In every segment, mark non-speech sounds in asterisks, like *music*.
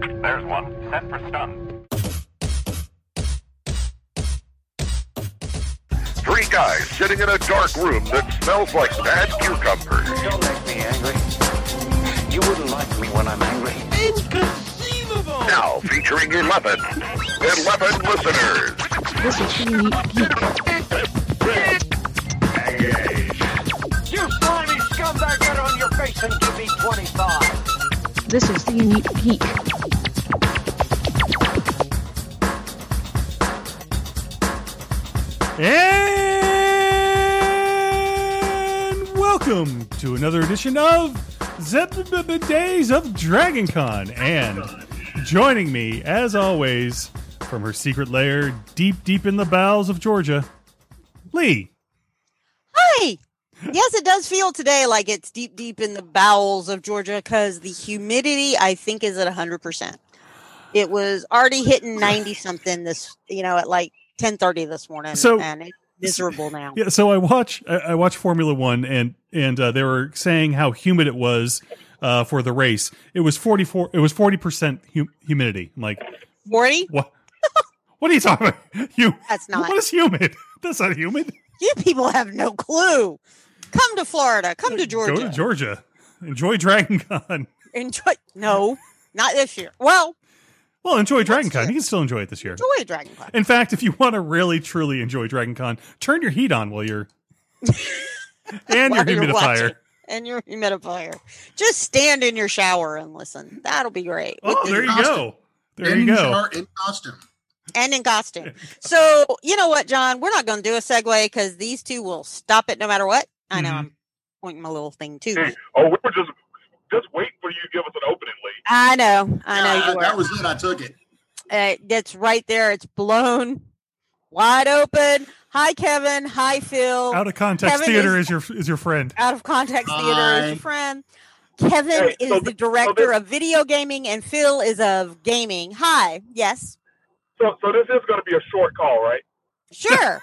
There's one. Set for stun. Three guys sitting in a dark room that smells like bad cucumbers. Don't make me angry. You wouldn't like me when I'm angry. Inconceivable! Now featuring 11. 11 listeners. This is She Neat Geek. You slimy scumbag, get on your face and give me 25. This is the Neat Geek. And welcome to another edition of Zep Days of DragonCon. And joining me, as always, from her secret lair deep, deep in the bowels of Georgia, Lee. Hi. Yes, it does feel today like it's deep, deep in the bowels of Georgia because the humidity, I think, is at 100%. It was already hitting 90 something this, you know, at like 1030 this morning. So- and it's miserable now. Yeah, so I watch I, I watch Formula One, and and uh, they were saying how humid it was uh, for the race. It was forty four. It was forty percent hum- humidity. I'm like, 40? what? What are you talking about? You That's not. What is humid? That's not humid. You people have no clue. Come to Florida. Come to Georgia. Go to Georgia. Enjoy Dragon Con. Enjoy. No, not this year. Well, Well, enjoy Dragon Next Con. year. You can still enjoy it this year. enjoy Dragon Con. In fact, if you want to really truly enjoy Dragon Con, turn your heat on *laughs* while you're and your While you're humidifier. watching. And your humidifier. Just stand in your shower and listen. That'll be great. With Oh, the there you go. There you in go. Char- in costume. and in costume. So you know what, John? We're not going to do a segue because these two will stop it no matter what. I know Mhm. I'm pointing my little thing too. Hey, oh, we were just just wait for you to give us an opening, Lee. I know, I know Yeah, you that are. was it. I took it. Uh, it's right there. It's blown wide open. Hi, Kevin. Hi, Phil. Out of context Oh, Kevin theater is- is your is your friend. Out of context theater is Hi. your friend. Kevin Hey, is so the this- director this- of video gaming, and Phil is of gaming. Hi. Yes. So, so this is going to be a short call, right? Sure.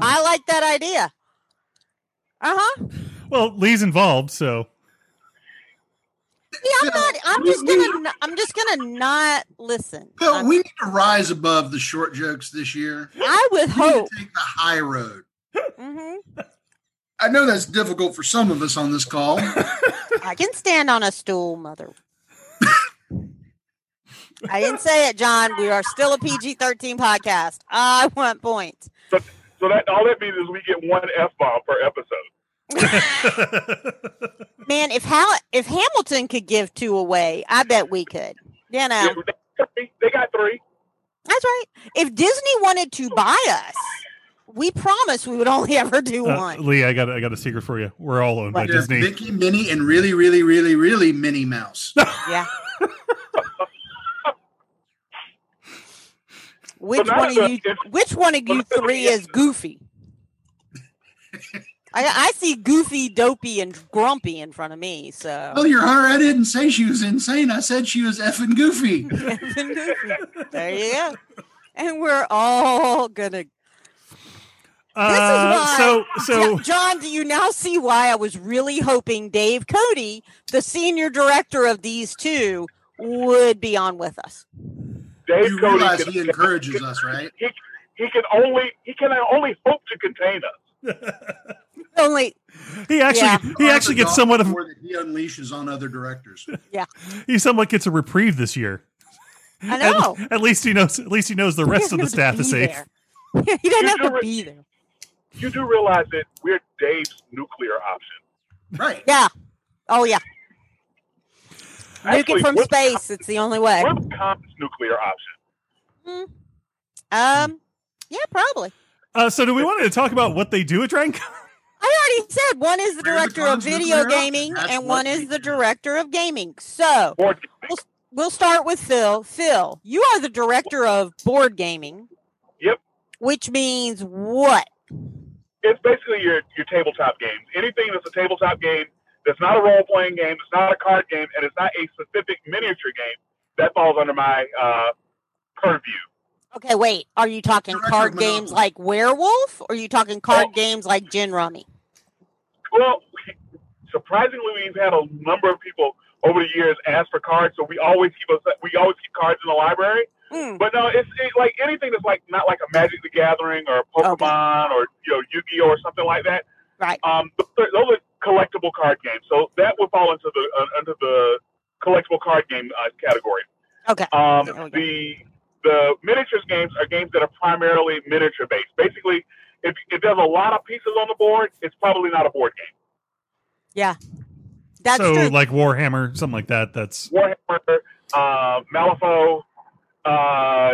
I like that idea. Uh huh. Well, Lee's involved, so Yeah, I'm Phil, not. I'm we- just we- gonna. n- I'm just gonna not listen. Phil, I'm- we need to rise above the short jokes this year. I would We need hope. to take the high road. hmm I know that's difficult for some of us on *laughs* this call. I can stand on a stool, mother. I didn't say it, John. We are still a PG-13 podcast. I want points. So that all that means is we get one f bomb per episode. Man, if how if Hamilton could give two away, I bet we could. You know, Yeah, they- They got three. that's right. If Disney wanted to buy us, we promise we would only ever do uh, one. Lee, I got I got a secret for you. We're all owned by What? There's Disney. Mickey, Minnie, and really, really, really, really *laughs* Minnie Mouse. Yeah. which Well, one now of you? that- Which one of you well, now three that- is Goofy? I, I see Goofy, Dopey, and Grumpy in front of me. So *laughs* Well, your honor, I didn't say she was insane. I said she was effing goofy. Kevin Goofy. there you go. And we're all gonna. why- Uh, so so Jo- John, do you now see why I was really hoping Dave Cody, the senior director of these two, would be on with us? Dave You Cody realize can- he encourages us, right? He, he can only he can only hope to contain us. Only he actually Yeah. he actually gets somewhat of Or that he unleashes on *laughs* other directors. he somewhat gets a reprieve this year. I At- know. At, least he knows. At least he knows the He rest of doesn't the have staff to is be safe. *laughs* there. he doesn't You have do to re- be there. You do realize that we're Dave's nuclear option. Right. *laughs* Yeah. Oh yeah. Nuke it Actually, from we're- space. It's the only way. We're the Comet's nuclear option. Um. Yeah, probably. Uh, so, do we want to talk about what they do at Dragon? Con? I already said one is the Where's the director of Tom's Nuclear video Option? gaming That's and one what we is the do. director of gaming. So Or we'll start with Phil. Phil, you are the director of board gaming. Yep. Which means what? it's basically your your tabletop games. Anything that's a tabletop game that's not a role playing game, it's not a card game, and it's not a specific miniature game that falls under my uh, purview. Okay, wait. Are you talking Director of card Monopoly. games like Werewolf? Or are you talking card Oh. games like Gin Rummy? Well, surprisingly, we've had a number of people over the years asked for cards, so we always keep a, we always keep cards in the library. Mm. But no, it's it, like anything that's like not like a Magic the Gathering or Pokemon or you know Yu Gi Oh or something like that. Right. Um, those are, those are collectible card games, so that would fall into the uh, under the collectible card game uh, category. Okay. Um, There we go. the the miniatures games are games that are primarily miniature based. Basically, if, if there's a lot of pieces on the board, it's probably not a board game. That's so true. like Warhammer, something like *laughs* that. That's Warhammer, uh, Malifaux, uh,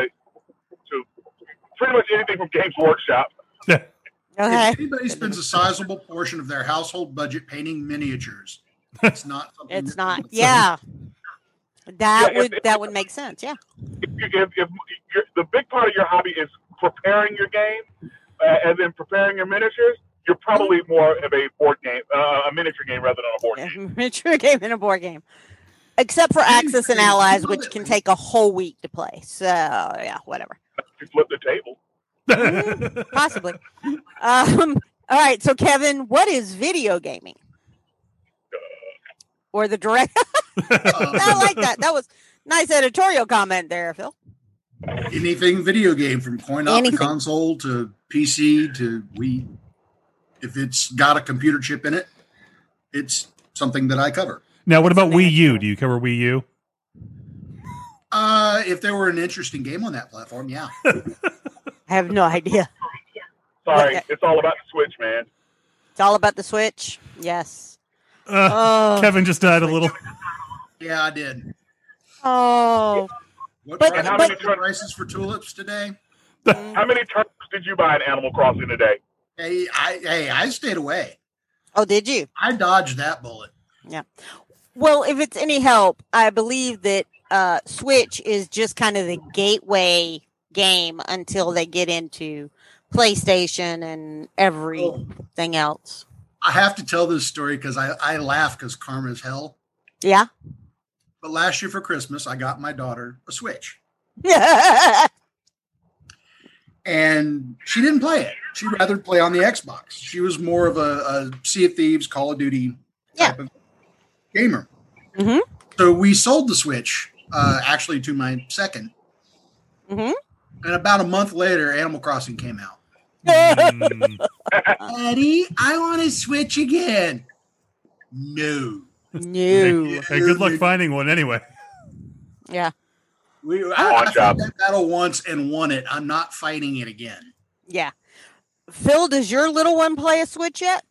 to pretty much anything from Games Workshop. okay. If anybody spends a sizable portion of their household budget painting miniatures, it's not something It's *laughs* that- not. Yeah. That Yeah, would if- that would make *laughs* sense. Yeah. *laughs* If, you, if, if you're, the big part of your hobby is preparing your game, uh, and then preparing your miniatures, you're probably more of a board game, uh, a miniature game rather than a board game. Miniature game and a board game. Except for Axis and *laughs* Allies, which can take a whole week to play. So yeah, whatever. You flip the table. Possibly. Um, all right. So Kevin, what is video gaming? Or the direct *laughs* I like that. That was nice editorial comment there, Phil. *laughs* anything video game from coin op to Anything. console to PC to we. If it's got a computer chip in it, it's something that I cover. now, what about Wii U? Do you cover Wii U? Uh, if there were an interesting game on that platform, yeah. I have no *laughs* idea. Sorry, Okay. it's all about the Switch, man. It's all about the Switch. Yes. Uh, Oh. Kevin just died *laughs* a little. Yeah, I did. Oh. What But- price- but- what are the prices for tulips today? How many turns did you buy in Animal Crossing today? Hey, I hey, I stayed away. Oh, did you? I dodged that bullet. Well, if it's any help, I believe that uh, Switch is just kind of the gateway game until they get into PlayStation and everything else. I have to tell this story because I, I laugh because karma's hell. Yeah. *laughs* But last year for Christmas, I got my daughter a Switch, and she didn't play it. She'd rather play on the Xbox. She was more of a, a Sea of Thieves, Call of Duty Yeah. type of gamer. Mhm. So we sold the Switch uh, actually to my 2nd Mhm. And about a month later, Animal Crossing came out. Mm. Daddy, I want to Switch again. No. no. Hey, good luck finding one anyway. Yeah. We, I, on, I Job. fought that battle once and won it. I'm not fighting it again. Yeah. Phil, does your little one play a Switch yet?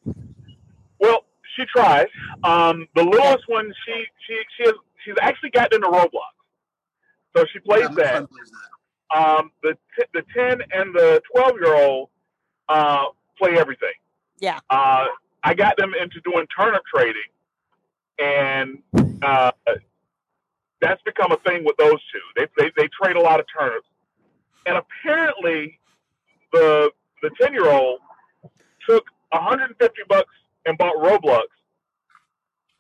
Well, she tries. Um, the littlest one, she she she has she's actually gotten into Roblox, so she plays Yeah, my that. son plays that. Um, the t- the ten and the twelve year old uh, play everything. Yeah. Uh, I got them into doing turnip trading, and uh, that's become a thing with those two. They they, they trade a lot of turnips, and apparently, the the ten year old took 150 bucks and bought Roblox,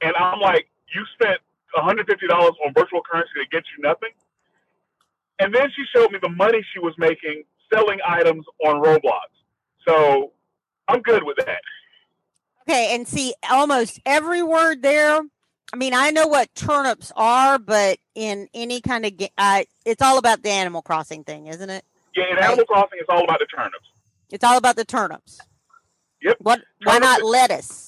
and I'm like, you spent 150 dollars on virtual currency that gets you nothing. And then she showed me the money she was making selling items on Roblox. So I'm good with that. Okay, and see almost every word there. I mean, I know what turnips are, but in any kind of ga- uh, it's all about the Animal Crossing thing, isn't it? Yeah, in Animal Crossing, it's all about the turnips. It's all about the turnips. Yep, What? Why turnips not is-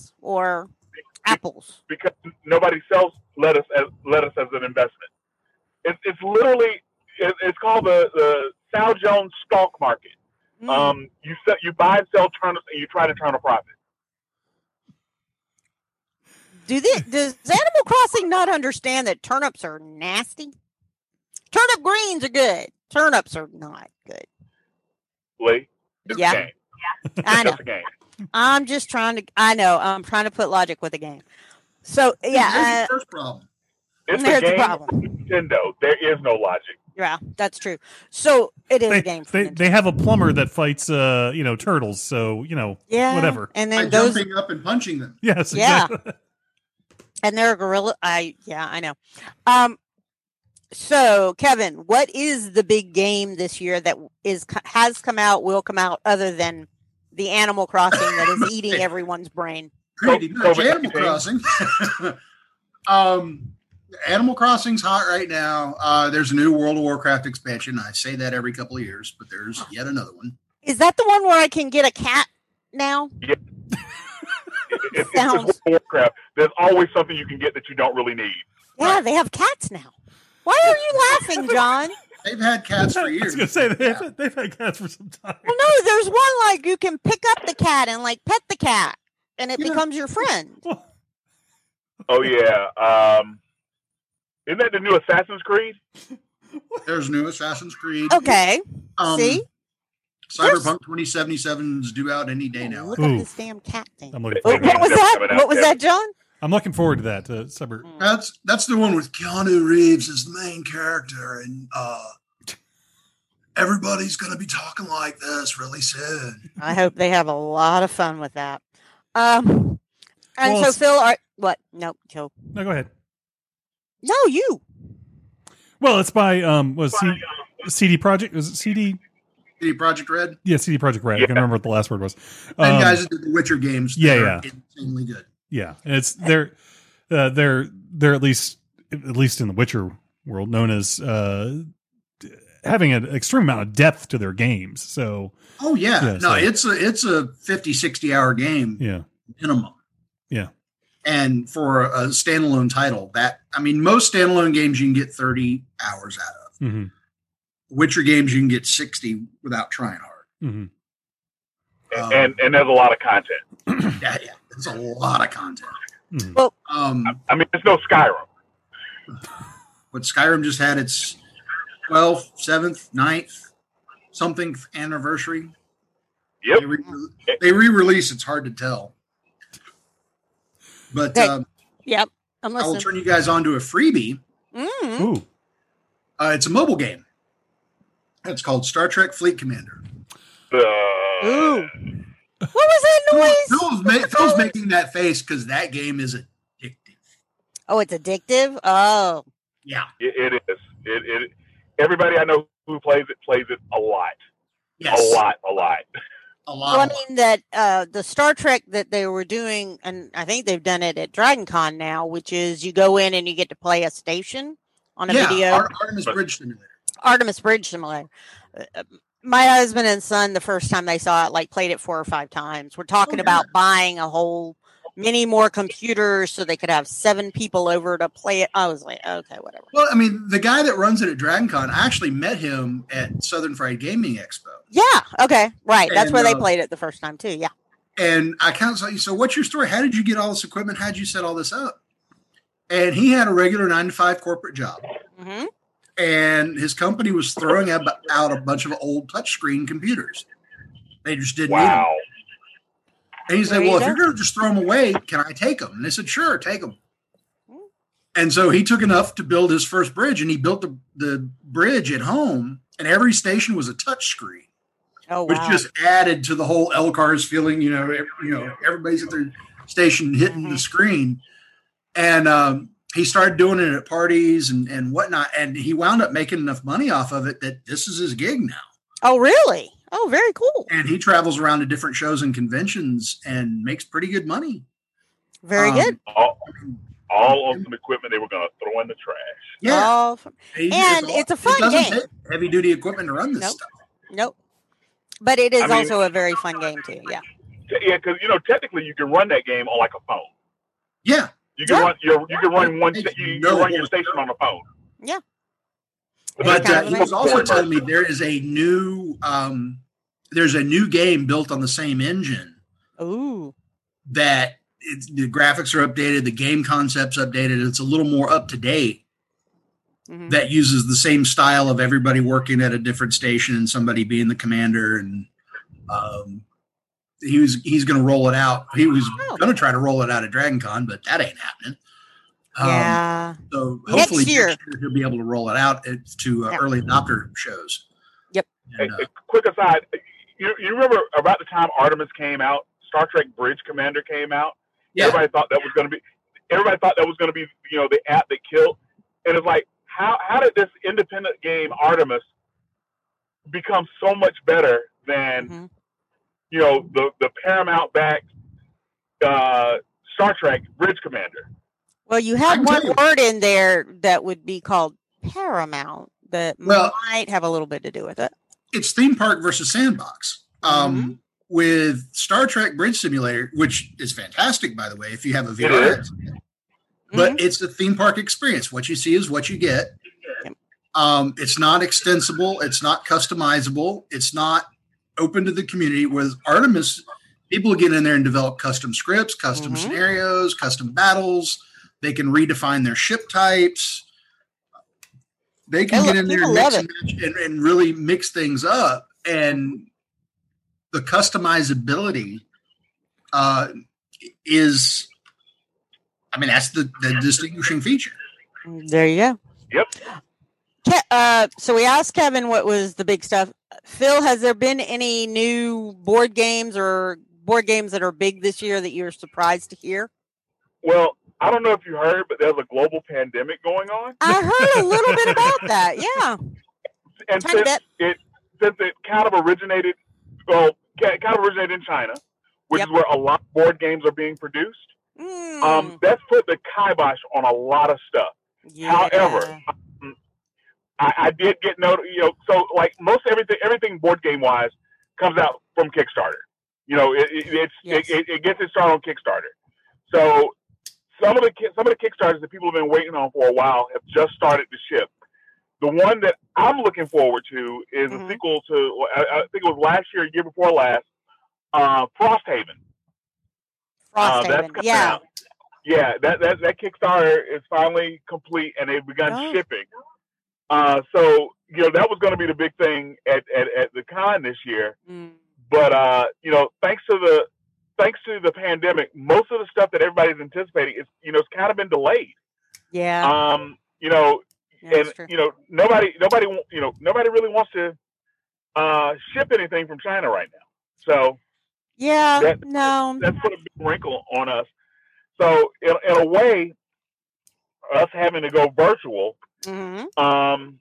Mm. Um, uh, Um, uh, *laughs* *laughs* *laughs* Um, Animal Crossing's hot right now. Uh, there's a new World of Warcraft expansion. I say that every couple of years, but there's yet another one. Is that the one where I can get a cat now? It, it's Sounds- just Warcraft. There's always something you can get that you don't really need. Yeah, they have cats now. Why are you *laughs* laughing, John? They've had cats *laughs* for I was years. gonna say they Yeah. have, they've had cats for some time. Well, no, there's one like you can pick up the cat and like pet the cat, and it Yeah. becomes your friend. Oh yeah. Um, isn't that the new Assassin's Creed? There's new Assassin's Creed. Okay, Um, Oh, see, Cyberpunk 2077 is due out any day Oh, now. look at Ooh. this damn cat thing. I'm looking. Oh, Forward to what was that. that? What was that, John? I'm looking forward to that. Uh, suburb. That's that's the one with Keanu Reeves as the main character, and uh, everybody's going to be talking like this really soon. I hope they have a lot of fun with that. Um, and Well, so s- Phil, are what? No, Joe. No, go ahead. No, you. Well, it's by um was C- CD Project was it CD CD Project Red, yeah CD Project Red. I can Yeah. remember what the last word was. and Um, guys that did the Witcher games. that yeah, are insanely good. Yeah, and it's they're uh, they're they're at least at least in the Witcher world known as uh, d- having an extreme amount of depth to their games. So Oh yeah, Yeah, no, so- it's a it's a 50, 60 hour game yeah, minimum. Yeah. And for a standalone title, that I mean, most standalone games you can get thirty hours out of. hmm Witcher games you can get sixty without trying hard. hmm Um, and and there's a lot of content. Yeah, yeah, it's a lot of content. Mhm. Well- um, I mean, it's no Skyrim. but Skyrim just had its 12th, 7th, 9th, something anniversary. Yep. They, re- they re-release. It's hard to tell. But Hey, um, Yep. I'm I will listening. turn you guys on to a freebie. Mm. Ooh, Uh, it's a mobile game. It's called Star Trek Fleet Commander. Uh, Ooh. What was that noise? Phil's, ma- Phil's making that face because that game is addictive. Oh, it's addictive. Oh, Yeah, It, it is. It, it. Everybody I know who plays it plays it a lot, yes, a lot, a lot. a lot. well, I a lot. mean that uh, the Star Trek that they were doing, and I think they've done it at Dragon Con now, which is you go in and you get to play a station on a yeah, video. Ar- Artemis Bridge Simulator. Artemis Bridge Simulator. Uh, uh, My husband and son, the first time they saw it, like played it four or five times. We're talking Oh, yeah. about buying a whole many more computers so they could have seven people over to play it. I was like, okay, whatever. Well, I mean, the guy that runs it at DragonCon, I actually met him at Southern Fried Gaming Expo. Yeah, okay, right. That's where they And, uh, played it the first time too. Yeah. And I kind of said, so what's your story? How did you get all this equipment? How did you set all this up? And he had a regular nine to five corporate job. hmm And his company was throwing ab- out a bunch of old touchscreen computers. They just didn't need 'em. Wow. And he said, There you well, if go. you're going to just throw them away, can I take them? And they said, sure, take them. Hmm. And so he took enough to build his first bridge. And he built the, the bridge at home. And every station was a touchscreen. Oh which wow. just added to the whole Elcar's feeling. You know, ev- you know, everybody's at their station hitting the Mhm. screen, and um, he started doing it at parties and and whatnot. And he wound up making enough money off of it that this is his gig now. oh really? Oh, very cool. And he travels around to different shows and conventions and makes pretty good money. Very Um, good. All, all of some equipment they were going to throw in the trash. Yeah, Oh, f- He- and it's a fun it doesn't game. take heavy duty equipment to run this Nope. stuff. nope. But it is I mean- also a very fun game too. Yeah. Te- Yeah, because you know technically you can run that game on like a phone. Yeah, You can Yeah. run your you can run one sta- Makes you, you no can run your sense. station on a phone. But kind uh, of he amazing. was also telling me there is a new um, there's a new game built on the same engine Ooh. that it's, the graphics are updated, the game concepts updated, it's a little more up to date. Mhm. That uses the same style of everybody working at a different station and somebody being the commander. And um, he was he's going to roll it out. He was Oh. going to try to roll it out at Dragon Con, but that ain't happening. Um, yeah. So Next hopefully next year. year he'll be able to roll it out at- to uh, Yeah. early adopter shows. Yep. And, uh, A- a quick aside, you, you remember about the time Artemis came out, Star Trek Bridge Commander came out. Yeah. Everybody thought that was going to be. Everybody thought that was going to be you know the app that killed, and it's like how how did this independent game Artemis become so much better than Mm-hmm. Mhm. you know the the Paramount backed uh, Star Trek Bridge Commander? Well, you I had can one tell you. word in there that would be called paramount that Well- might have a little bit to do with it. it's theme park versus sandbox. Um, With Star Trek Bridge Simulator, which is fantastic, by the way, if you have a VR. headset. But it's a theme park experience. What you see is what you get. Yep. Um, it's not extensible. It's not customizable. It's not open to the community. With Artemis, people get in there and develop custom scripts, custom Mhm. scenarios, custom battles. They can redefine their ship types. They can They get lo- in there and people mix love and match and, and really mix things up. And the customizability uh, is, I mean, that's the, the distinguishing feature. Mm-hmm. There you go. Yep. Ke- uh, so we asked Kevin what was the big stuff. Phil, has there been any new board games or board games that are big this year that you're surprised to *laughs* hear? Well, I don't know if you heard, but there's a global pandemic going on, I heard a little bit about that. Yeah, and tiny since, bit. since it kind of originated, well, ca- kind of originated in China, which Yep. is where a lot of board games are being produced. Mm, Um, that's put the kibosh on a lot of stuff. however, Mm. yeah. I, I did get noted, you know, so like most everything, everything board game wise comes out from Kickstarter. You know, it, it, it's, Yes. it, it, it gets its start on Kickstarter. So some of the ki- some of the Kickstarters that people have been waiting on for a while have just started to ship. The one that I'm looking forward to is Mhm. a sequel to I, I think it was last year, year before last, uh, Frosthaven. Uh, that's Frosthaven. coming yeah, out. yeah. That, that that Kickstarter is finally complete, and they've begun Oh. shipping. Uh, so you know that was going to be the big thing at, at, at the con this year, Mm, but uh, you know thanks to the thanks to the pandemic, most of the stuff that everybody's anticipating is you know it's kind of been delayed. yeah, Um, you know, yeah, and that's true. you know nobody nobody wa- you know nobody really wants to uh, ship anything from China right now. So yeah, that- no, that's put a big wrinkle on us. So in, in a way, us having to go virtual hmm um,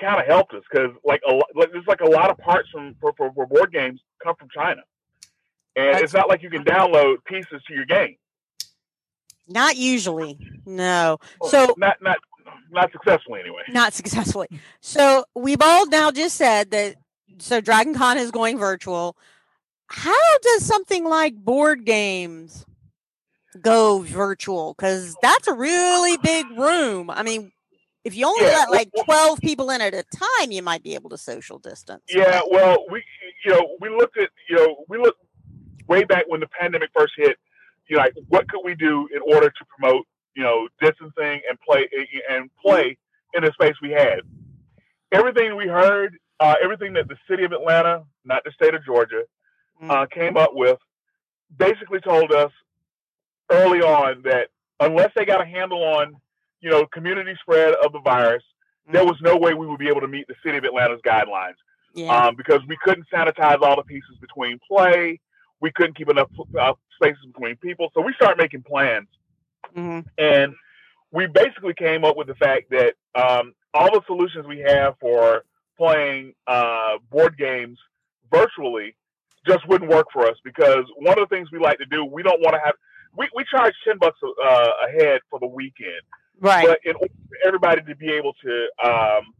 kind of helped us because like a lot, like, there's like a lot of parts from for, for, for board games come from China, and That's- it's not like you can download pieces to your game. not usually, no. Oh. So not not not successfully anyway. not successfully. So we've all now just said that. So Dragon Con is going virtual. How does something like board games go virtual? Because that's a really big room. I mean, if you only Yeah, let like well- twelve people in at a time, you might be able to social distance. Yeah, well, we you know we looked at you know we looked way back when the pandemic first hit. You know, like what could we do in order to promote you know distancing and play and play in the space we had? Everything we heard, uh, everything that the city of Atlanta, not the state of Georgia, uh, came up with, basically told us early on that unless they got a handle on you know community spread of the virus, there was no way we would be able to meet the city of Atlanta's guidelines yeah. um, because we couldn't sanitize all the pieces between play. We couldn't keep enough uh, spaces between people. So we started making plans. Mhm. And we basically came up with the fact that um, all the solutions we have for playing uh, board games virtually just wouldn't work for us because one of the things we like to do, we don't want to have, we, we charge 10 bucks a, uh, a head for the weekend. Right. But in order for everybody to be able to um,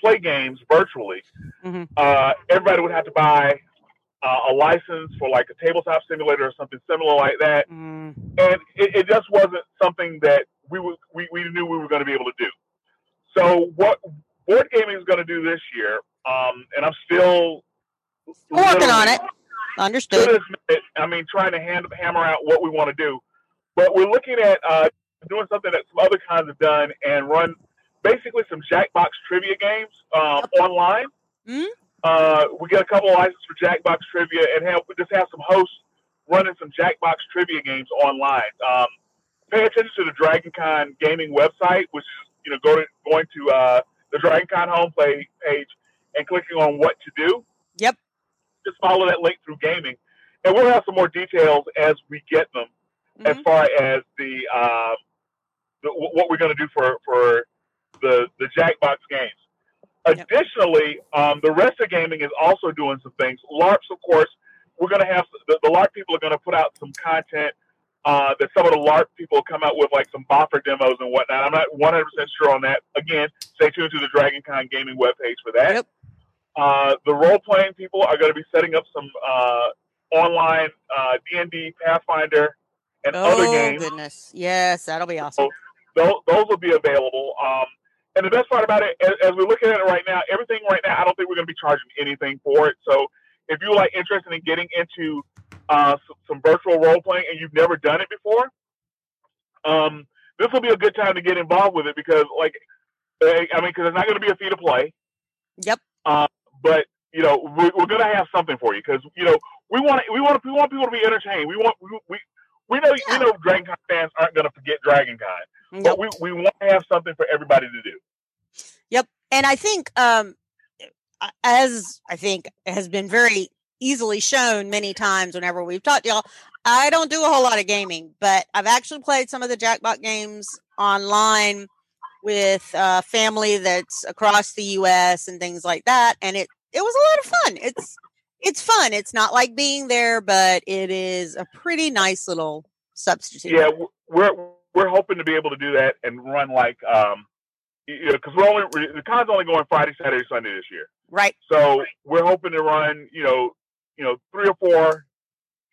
play games virtually, Mhm. uh, everybody would have to buy uh, a license for like a tabletop simulator or something similar like that. Mm. And it, it just wasn't something that we, were, we, we knew we were going to be able to do. So, what board gaming is going to do this year, um, and I'm still Working on literally- it. to Understood. this minute, I mean, trying to hand, hammer out what we want to do. But we're looking at uh, doing something that some other kinds have done and run basically some Jackbox trivia games um, online. Mm. Uh, we get a couple of licenses for Jackbox trivia and have just have some hosts running some Jackbox trivia games online. Um, pay attention to the DragonCon gaming website, which is you know go to, going to uh, the DragonCon homepage page and clicking on what to do just follow that link through gaming, and we'll have some more details as we get them, as Mhm. far as the, um, the wh- what we're going to do for for the the Jackbox games. Yep. Additionally, um, the rest of gaming is also doing some things. LARPs, of course, we're going to have the, the LARP people are going to put out some content uh, that some of the LARP people come out with, like some boffer demos and whatnot. I'm not 100% sure on that. Again, stay tuned to the Dragon Con Gaming webpage for that. Yep. Uh, the role playing people are going to be setting up some uh, online uh, D&D, Pathfinder, and other Oh games Oh, goodness, yes, that'll be awesome. those, those will be available. Um, and the best part about it, as, as we're looking at it right now, everything right now, I don't think we're going to be charging anything for it. So if you're like interested in getting into uh, some, some virtual role playing and you've never done it before, um, this will be a good time to get involved with it because, like, eh, I mean, because it's not going to be a fee to play Uh, Yep, but you know we're, we're going to have something for you because you know we want we want we want people to be entertained. We want we we, we know Yeah. we know Dragon Con fans aren't going to forget Dragon Con, Nope. but we we want to have something for everybody to do. and I think, um, a- as I think has been very easily shown many times whenever we've talked to y'all, I don't do a whole lot of gaming, but I've actually played some of the Jackbox games online with uh, family that's across the U.S. and things like that, and it it was a lot of fun. It's it's fun. It's not like being there, but it is a pretty nice little substitute. Yeah, w- we're we're hoping to be able to do that and run like um you know because we're only the con's only going Friday, Saturday, Sunday this year. Right. So we're hoping to run, you know, you know, three or four,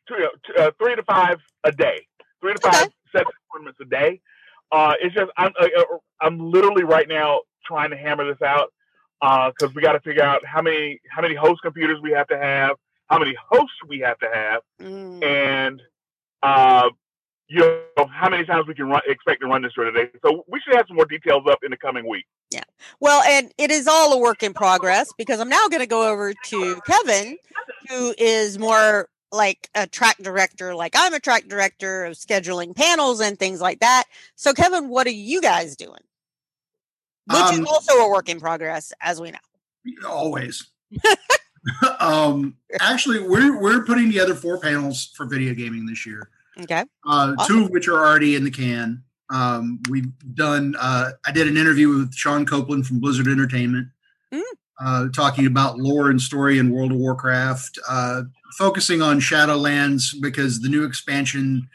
two, uh, three to five a day, three to five Okay. sets of tournaments a day. Uh, it's just I'm uh, uh, I'm literally right now trying to hammer this out because we got to figure out how many how many host computers we have to have, how many hosts we have to have Mm. and uh, you know how many times we can run, expect to run this during the day. So we should have some more details up in the coming week. Well, and it is all a work in progress because I'm now going to go over to Kevin, who is more like a track director, like I'm a track director of scheduling panels and things like that. So, Kevin, what are you guys doing? Which Um, is also a work in progress, as we know. *laughs* Always. um, actually, we're we're putting together four panels for video gaming this year. Okay. Uh, Two of which are already in the can. Um, we've done. Uh, I did an interview with Sean Copeland from Blizzard Entertainment, Mm. uh, talking about lore and story in World of Warcraft, uh, focusing on Shadowlands because the new expansion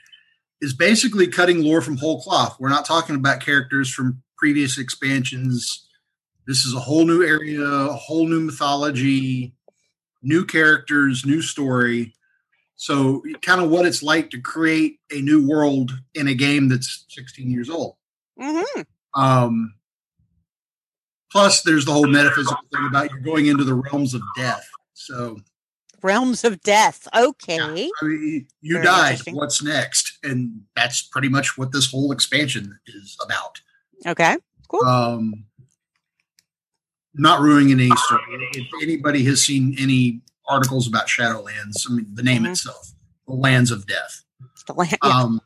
is basically cutting lore from whole cloth. We're not talking about characters from previous expansions. This is a whole new area, a whole new mythology, new characters, new story. So, kind of what it's like to create a new world in a game that's 16 years old. Mm-hmm. Um, plus, there's the whole metaphysical thing about you're going into the realms of death. So, Realms of Death. Okay. I mean, you Very died. interesting. What's next? And that's pretty much what this whole expansion is about. Okay. Cool. Um, not ruining any story. If anybody has seen any articles about Shadowlands, I mean, the name Mhm. itself, the lands of death. The land- yeah. Um,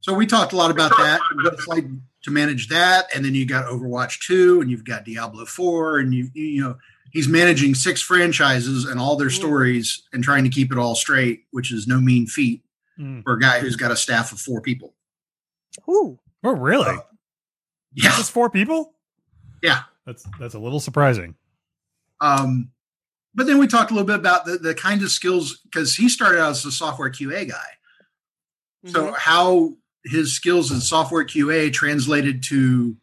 so we talked a lot about that, and what it's like to manage that, and then you got Overwatch two, and you've got Diablo four, and you you know he's managing six franchises and all their Mm. stories and trying to keep it all straight, which is no mean feat Mm. for a guy who's got a staff of four people. *laughs* Ooh. Oh, really? Uh, Yeah, Just four people? Yeah. That's that's a little surprising. Um, but then we talked a little bit about the, the kind of skills because he started out as a software QA guy. So Mhm. how his skills in software QA translated to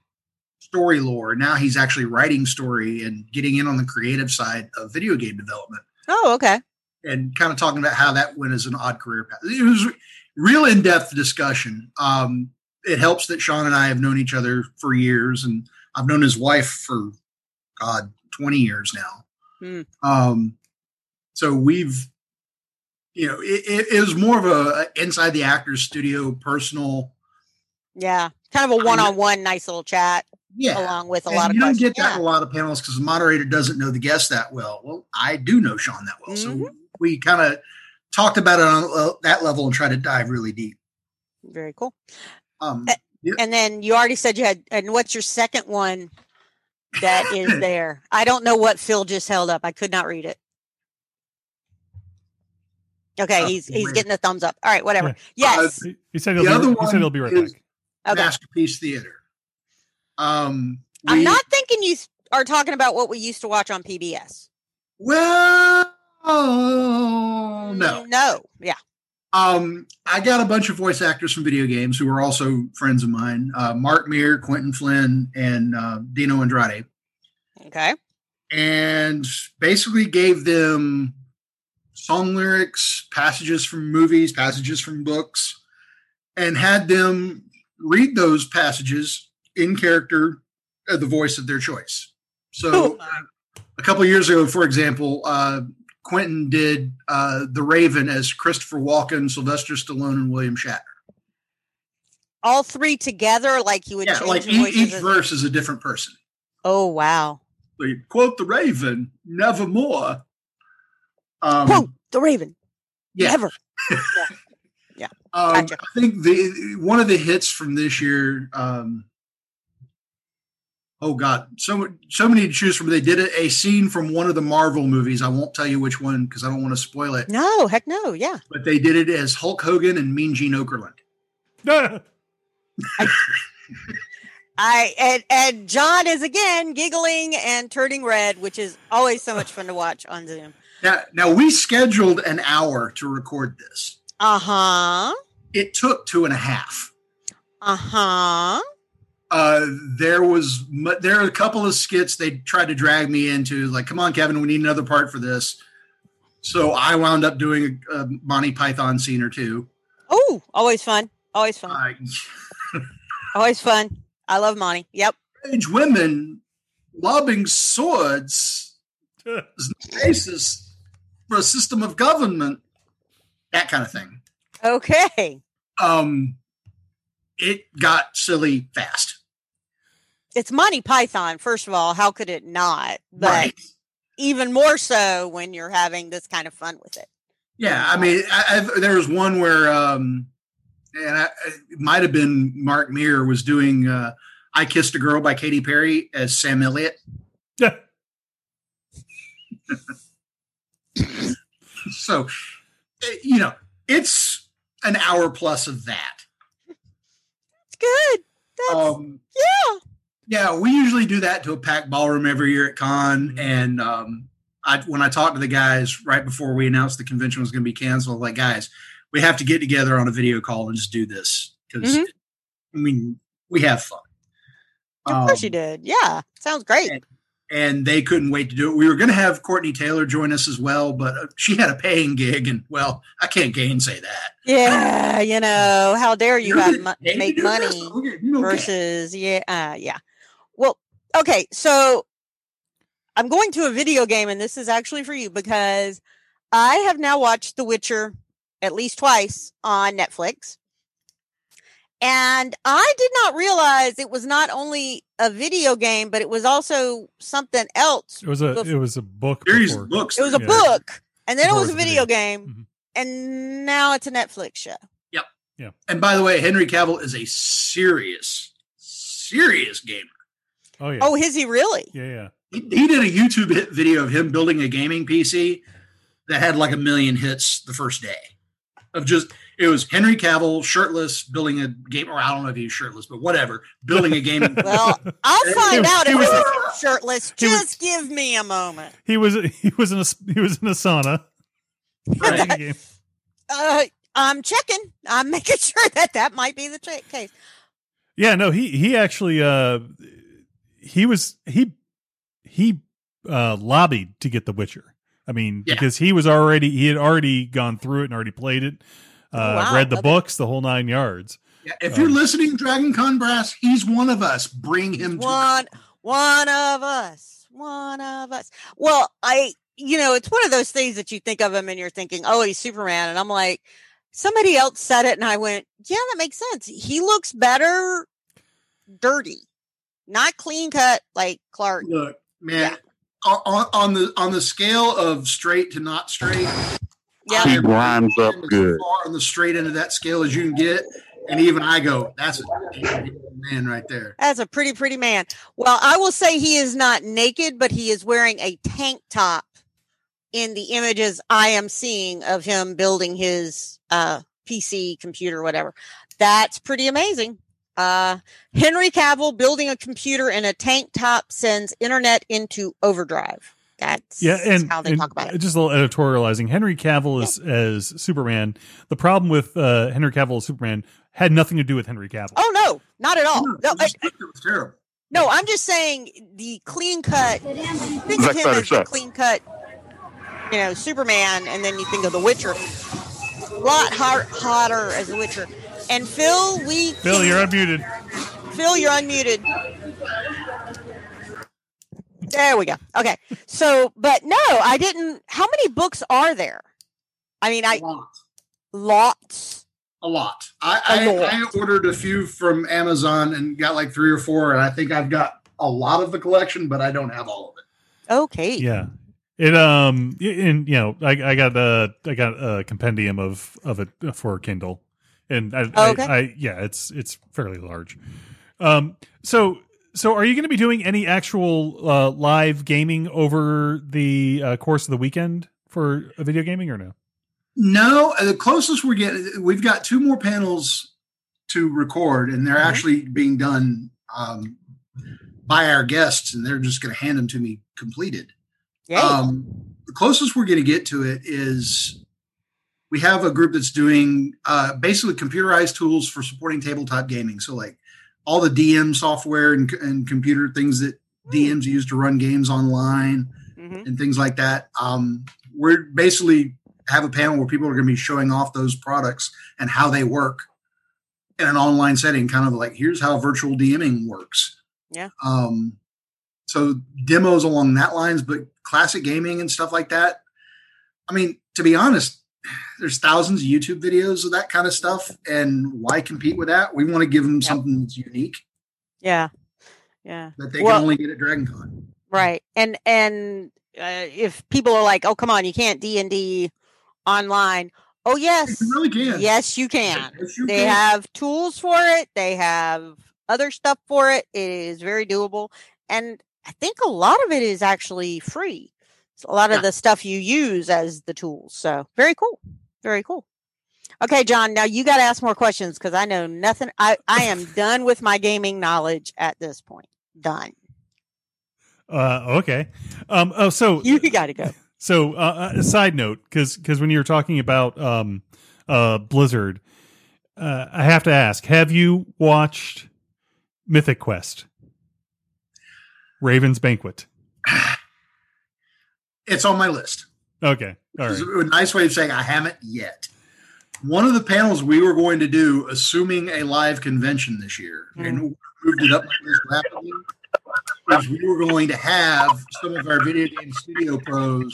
story lore. Now he's actually writing story and getting in on the creative side of video game development Oh, okay. and kind of talking about how that went as an odd career path. It was real in-depth discussion. Um, it helps that Sean and I have known each other for years and I've known his wife for God, 20 years now. Hmm. Um, so we've, you know, it, it, it was more of a inside the actor's studio personal. Yeah. Kind of a one on one nice little chat Yeah. along with a And lot of you don't questions. get that in a lot of panels because the moderator doesn't know the guest that well. Well, I do know Sean that well, Mm-hmm. so we kind of talked about it on uh, that level and tried to dive really deep. Yeah. Very cool. Um, Eh, And then you already said you had, and what's your second one that *coughs* is there? I don't know what Phil just held up. I could not read it. Okay, Oh, Uh, he's he's weird. getting a thumbs up. All right, whatever. Yes. He, he said he'll The be, other he said one he'll be right is- back. Okay. masterpiece theater. Um, I'm we- not thinking you are talking about what we used to watch on PBS. well. Oh, No, Mm. No. Yeah. Um, I got a bunch of voice actors from video games who are also friends of mine: uh, Mark Meer, Quentin Flynn, and uh, Dino Andrade, Okay. and basically gave them song lyrics, passages from movies, passages from books, and had them read those passages in character, uh, the voice of their choice. So, uh, a couple years ago, for example, uh, Quentin did uh, The Raven as Christopher Walken, Sylvester Stallone, and William Shatner. All three together, like you would Yeah, change like e, your each, each voices. verse is a different person. Oh wow. So you quote The Raven, nevermore. Um, Quote the Raven. yeah. Never. Um, Gotcha. I think the one of the hits from this year. Um, oh God, so so many to choose from. They did a, a scene from one of the Marvel movies. I won't tell you which one because I don't want to spoil it. No, heck no, yeah. But they did it as Hulk Hogan and Mean Gene Okerlund. I and, and John is again giggling and turning red, which is always so much fun to watch on Zoom. Now, now we scheduled an hour to record this. Uh huh. It took two and a half. Uh huh. Uh, there was mu- there are a couple of skits they tried to drag me into. Like, come on, Kevin, we need another part for this. So I wound up doing a, a Monty Python scene or two. Oh, always fun. Always fun. Uh, Always fun. I love Monty. Yep. teenage women lobbing swords is the basis for a system of government, that kind of thing. Okay. Um, it got silly fast. It's Monty Python, first of all. How could it not? But Right. even more so when you're having this kind of fun with it. Yeah, I mean, I, i there was one where, um, and I, it might have been Mark Meir was doing uh, "I Kissed a Girl" by Katy Perry as Sam Elliott. *laughs* So, eh, you know, it's an hour plus of that. It's good. That's Um, yeah. Yeah, we usually do that to a packed ballroom every year at con. Mm-hmm. And um, I, when I talked to the guys right before we announced the convention was going to be canceled, like guys, we have to get together on a video call and just do this because Mhm. I mean we have fun. Of course Um, you did. Yeah. Sounds great. And they couldn't wait to do it. We were going to have Courtney Taylor join us as well, but uh, she had a paying gig, and well, I can't gainsay that. Yeah, you know, how dare you You're have getting mo- paid to make do this? money Okay, you don't care. versus yeah, uh, yeah. Well, okay, so I'm going to a video game, and this is actually for you because I have now watched The Witcher at least twice on Netflix, and I did not realize it was not only a video game, but it was also something else. *laughs* It was a it was a book. series before. of books. It was a Yeah. book, and then it Before was a it was a video video. game, Mhm. and now it's a Netflix show. And by the way, Henry Cavill is a serious, serious gamer. Oh yeah. Oh, is he really? yeah, yeah. He, he did a YouTube hit video of him building a gaming PC that had like a million hits the first day. Of just it was Henry Cavill shirtless building a game, or I don't know if he was shirtless, but whatever, building a *laughs* gaming. Well, I'll It find was- out it if was- he was shirtless. it was- Just give me a moment. He was he was in a he was in a sauna. Right. Playing a game. Uh, I'm checking. I'm making *laughs* sure that that might be the tra- case. Yeah, no, he he actually uh he was he he uh lobbied to get The Witcher. I mean, Yeah. because he was already he had already gone through it and already played it, uh Oh, Wow, read the okay. books, the whole nine yards. Yeah, if you're Um, listening, Dragon Con Brass, he's one of us. Bring him to One, one of us. One of us. Well, I, you know, it's one of those things that you think of him and you're thinking, oh, he's Superman, and I'm like, somebody else said it, and I went, yeah, that makes sense. He looks better, dirty, not clean cut like Clark. look, man. Yeah. On, on- on the on the scale of straight to not straight, Yeah. I am grinds up as good. far on the straight end of that scale as you can get, and even I go, that's a man right there. That's a pretty, pretty man. Well, I will say he is not naked, but he is wearing a tank top in the images I am seeing of him building his uh, PC, computer, whatever. That's pretty amazing. Uh, Henry Cavill building a computer in a tank top sends internet into overdrive. That's Yeah, and, how they and talk about it. Just a little editorializing. Henry Cavill is as Superman. The problem with uh, Henry Cavill as Superman had nothing to do with Henry Cavill. Oh no, not at all. No, No, it I, was it Hmm, was terrible. no, I'm just saying the clean cut. Think Zack of him Snyder as the shot. clean cut, you know, Superman, and then you think of The Witcher. A lot hot, hotter as The Witcher. And Phil, we Phil, you're unmuted. Phil, you're unmuted. There we go. Okay. So, but no, I didn't. How many books are there? I mean, I a lot. lots. A lot. I, I, A lot. I ordered a few from Amazon and got like three or four, and I think I've got a lot of the collection, but I don't have all of it. Okay. Yeah. It um y- and you know I I got a I got a compendium of of it for Kindle, and I, I- Okay. I, yeah it's it's fairly large. Um. So so are you going to be doing any actual uh, live gaming over the uh, course of the weekend for uh, video gaming or no? No, uh, the closest we're getting, we've got two more panels to record, and they're Mm-hmm. actually being done um, by our guests, and they're just going to hand them to me completed. Yay. Um, the closest we're going to get to it is we have a group that's doing uh, basically computerized tools for supporting tabletop gaming. So, like all the DM software and, and computer things that DMs use to run games online Mhm. and things like that. Um, we're basically have a panel where people are going to be showing off those products and how they work in an online setting, kind of like here's how virtual DMing works. Yeah. Um, so demos along that lines, but classic gaming and stuff like that. I mean, to be honest, there's thousands of YouTube videos of that kind of stuff, and why compete with that? We want to give them Yeah. something that's unique Yeah. Yeah. that they Well- can only get at Dragon Con. Right. And and uh, if people are like, "Oh, come on, you can't D and D online." Oh, yes. You really can. Yes, you can. Yes, you They can. have tools for it. They have other stuff for it. It is very doable, and I think a lot of it is actually free. It's a lot of the stuff you use as the tools. So very cool. Very cool. Okay, John. Now you got to ask more questions because I know nothing. I I am done with my gaming knowledge at this point. Done. Uh. Okay. Um. Oh. So You got to go. So, uh, a side note, because when you were talking about um, uh, Blizzard, uh, I have to ask: Have you watched Mythic Quest, Raven's Banquet? It's on my list. Okay, all right. It's a nice way of saying I haven't yet. One of the panels we were going to do, assuming a live convention this year, and we moved it up like this rapidly, is we were going to have some of our video game studio pros,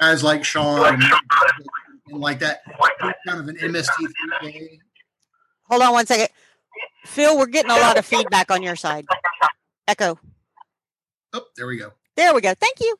guys like Sean and, and like that, do kind of an MST3K. Hold on one second. Phil, we're getting a lot of feedback on your side. Echo. Oh, there we go. There we go. Thank you.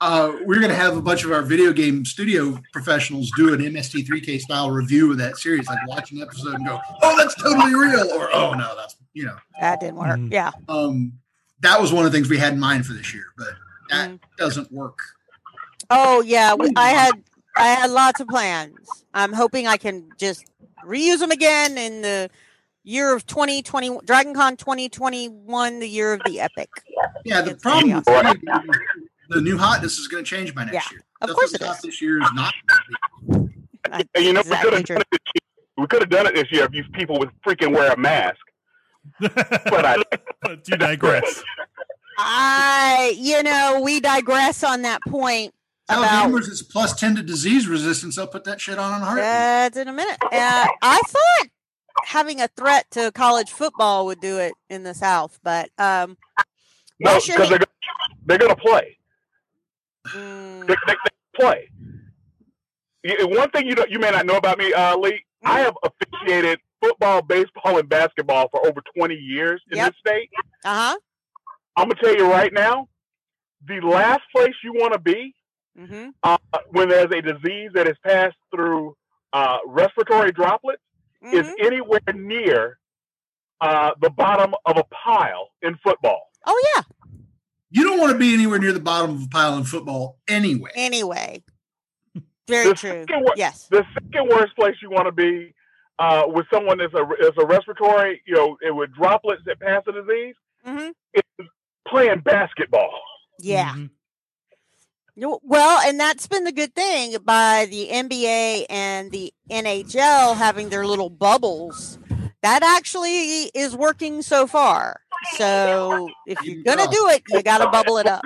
uh, we're going to have a bunch of our video game studio professionals do an MST3K style review of that series, like watch an episode and go, "Oh, that's totally real," or "Oh no, that's you know." That didn't work. Mhm. Yeah. Um, that was one of the things we had in mind for this year, but that doesn't work. Mm. Oh yeah, we- I had I had lots of plans. I'm hoping I can just reuse them again in the year of 2020 Dragon Con 2021, the year of the epic. Yeah, the It's problem with chaos. video games is the new hotness is going to change by next Yeah, year. of Stuff course that's it hot is. This year is not. That's And you know we exactly could true. have done it. This year. We could have done it this year if you people would freaking wear a *laughs* mask. But I *laughs* but you digress. I you know we digress on that point Tell about gamers it's plus ten to disease resistance. I'll put that shit on on heart. That's in a minute. Uh, I thought having a threat to college football would do it in the South, but um, no, Wash your because they're gonna, they're gonna play. mm, They, they, they play. Y- One thing you don't, you may not know about me, uh, Lee. Mm. I have officiated football, baseball, and basketball for over twenty years in Yep. this state. uh-huh. I'm gonna tell you right now, the last place you want to be Mm-hmm. uh, when there's a disease that is passed through uh, respiratory droplets hmm is anywhere near uh, the bottom of a pile in football. Oh yeah. You don't want to be anywhere near the bottom of a pile in football anyway. Anyway, very The true. second one- Yes. The second worst place you want to be uh, with someone that's a, that's a respiratory, you know, it, with droplets that pass the disease, Mm-hmm. is playing basketball. Yeah. Mhm. No- Well, and that's been the good thing by the NBA and the NHL having their little bubbles. That actually is working so far. So if you're gonna do it, you gotta bubble it up.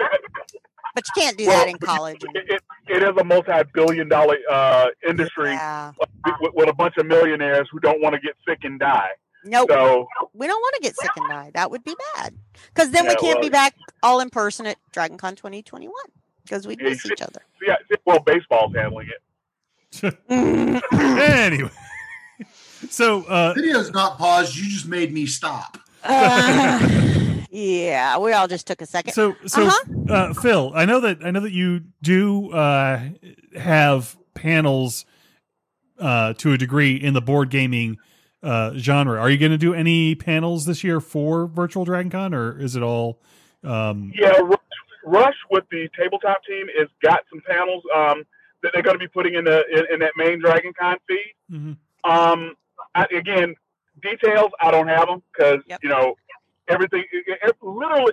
But you can't do that in college. It, it, it is a multi-billion-dollar uh, industry Yeah. with, with a bunch of millionaires who don't want to get sick and die. Nope. So We don't want to get sick and die. That would be bad. Because then we Yeah, can't well- be back all in person at Dragon Con 2021 because we Yeah, you miss should- each other. *laughs* yeah, well, baseball's handling it. Mm-hmm. *laughs* anyway, so uh, Video's not paused. You just made me stop. Uh, yeah, we all just took a second. so so Uh-huh. uh Phil, I know that I know that you do uh, have panels uh, to a degree in the board gaming uh, genre. Are you going to do any panels this year for Virtual Dragon Con, or is it all? Um, Yeah, Rush, Rush with the tabletop team has got some panels um, that they're going to be putting in the in, in that main Dragon Con feed. mhm. Um, I, again, details I don't have them because Yep. you know everything. It, it- it literally,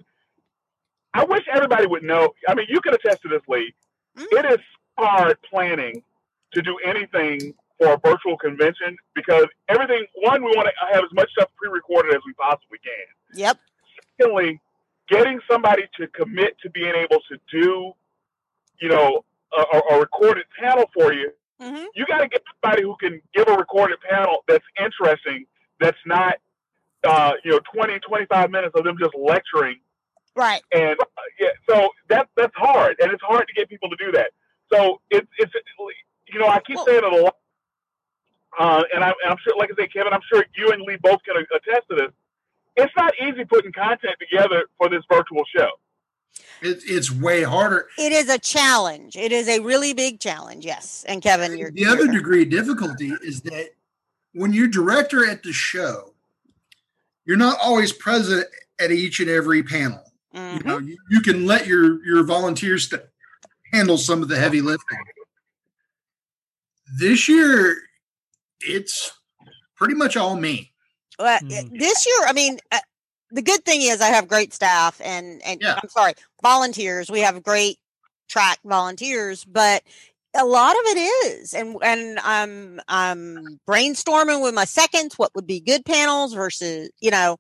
I wish everybody would know. I mean, you can attest to this, Lee. Mm. It is hard planning to do anything for a virtual convention because everything. One, we want to have as much stuff pre-recorded as we possibly can Yep. secondly, getting somebody to commit to being able to do, you know, a, a- a recorded panel for you, hmm you got to get somebody who can give a recorded panel that's interesting, that's not, uh, you know, 20, 25 minutes of them just lecturing. Right. And uh, yeah, so that that's hard, and it's hard to get people to do that. So it's it's you know I keep Well- saying it a lot, uh, and, I, and I'm sure, like I say, Kevin, I'm sure you and Lee both can attest to this. It's not easy putting content together for this virtual show. It, it's way harder. It is a challenge. It is a really big challenge. Yes. And Kevin, you're The other you're- degree of difficulty is that when you're director at the show, you're not always present at each and every panel. Mhm. You know, you, you can let your your volunteers to handle some of the heavy lifting. This year, it's pretty much all me. Well, Mhm. eh, this year, I mean, uh, the good thing is I have great staff and and Yeah. I'm sorry, volunteers. We have great track volunteers, but a lot of it is, and and I'm I'm brainstorming with my seconds what would be good panels versus you know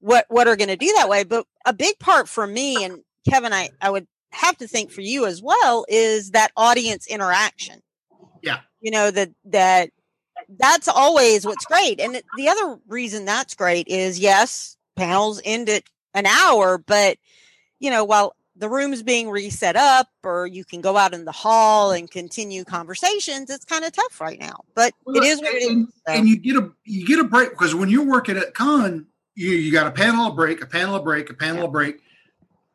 what what are going to do that way. But a big part for me and Kevin, I I would have to think for you as well is that audience interaction. Yeah. you know that that that's always what's great. And it- the other reason that's great is yes, panels end at an hour, but you know, while the room's being reset up or you can go out in the hall and continue conversations, it's kind of tough right now. But it is what it is. and, so. and you get a you get a break because when you're working at con, you you got a panel a break, a panel a break, a panel a break.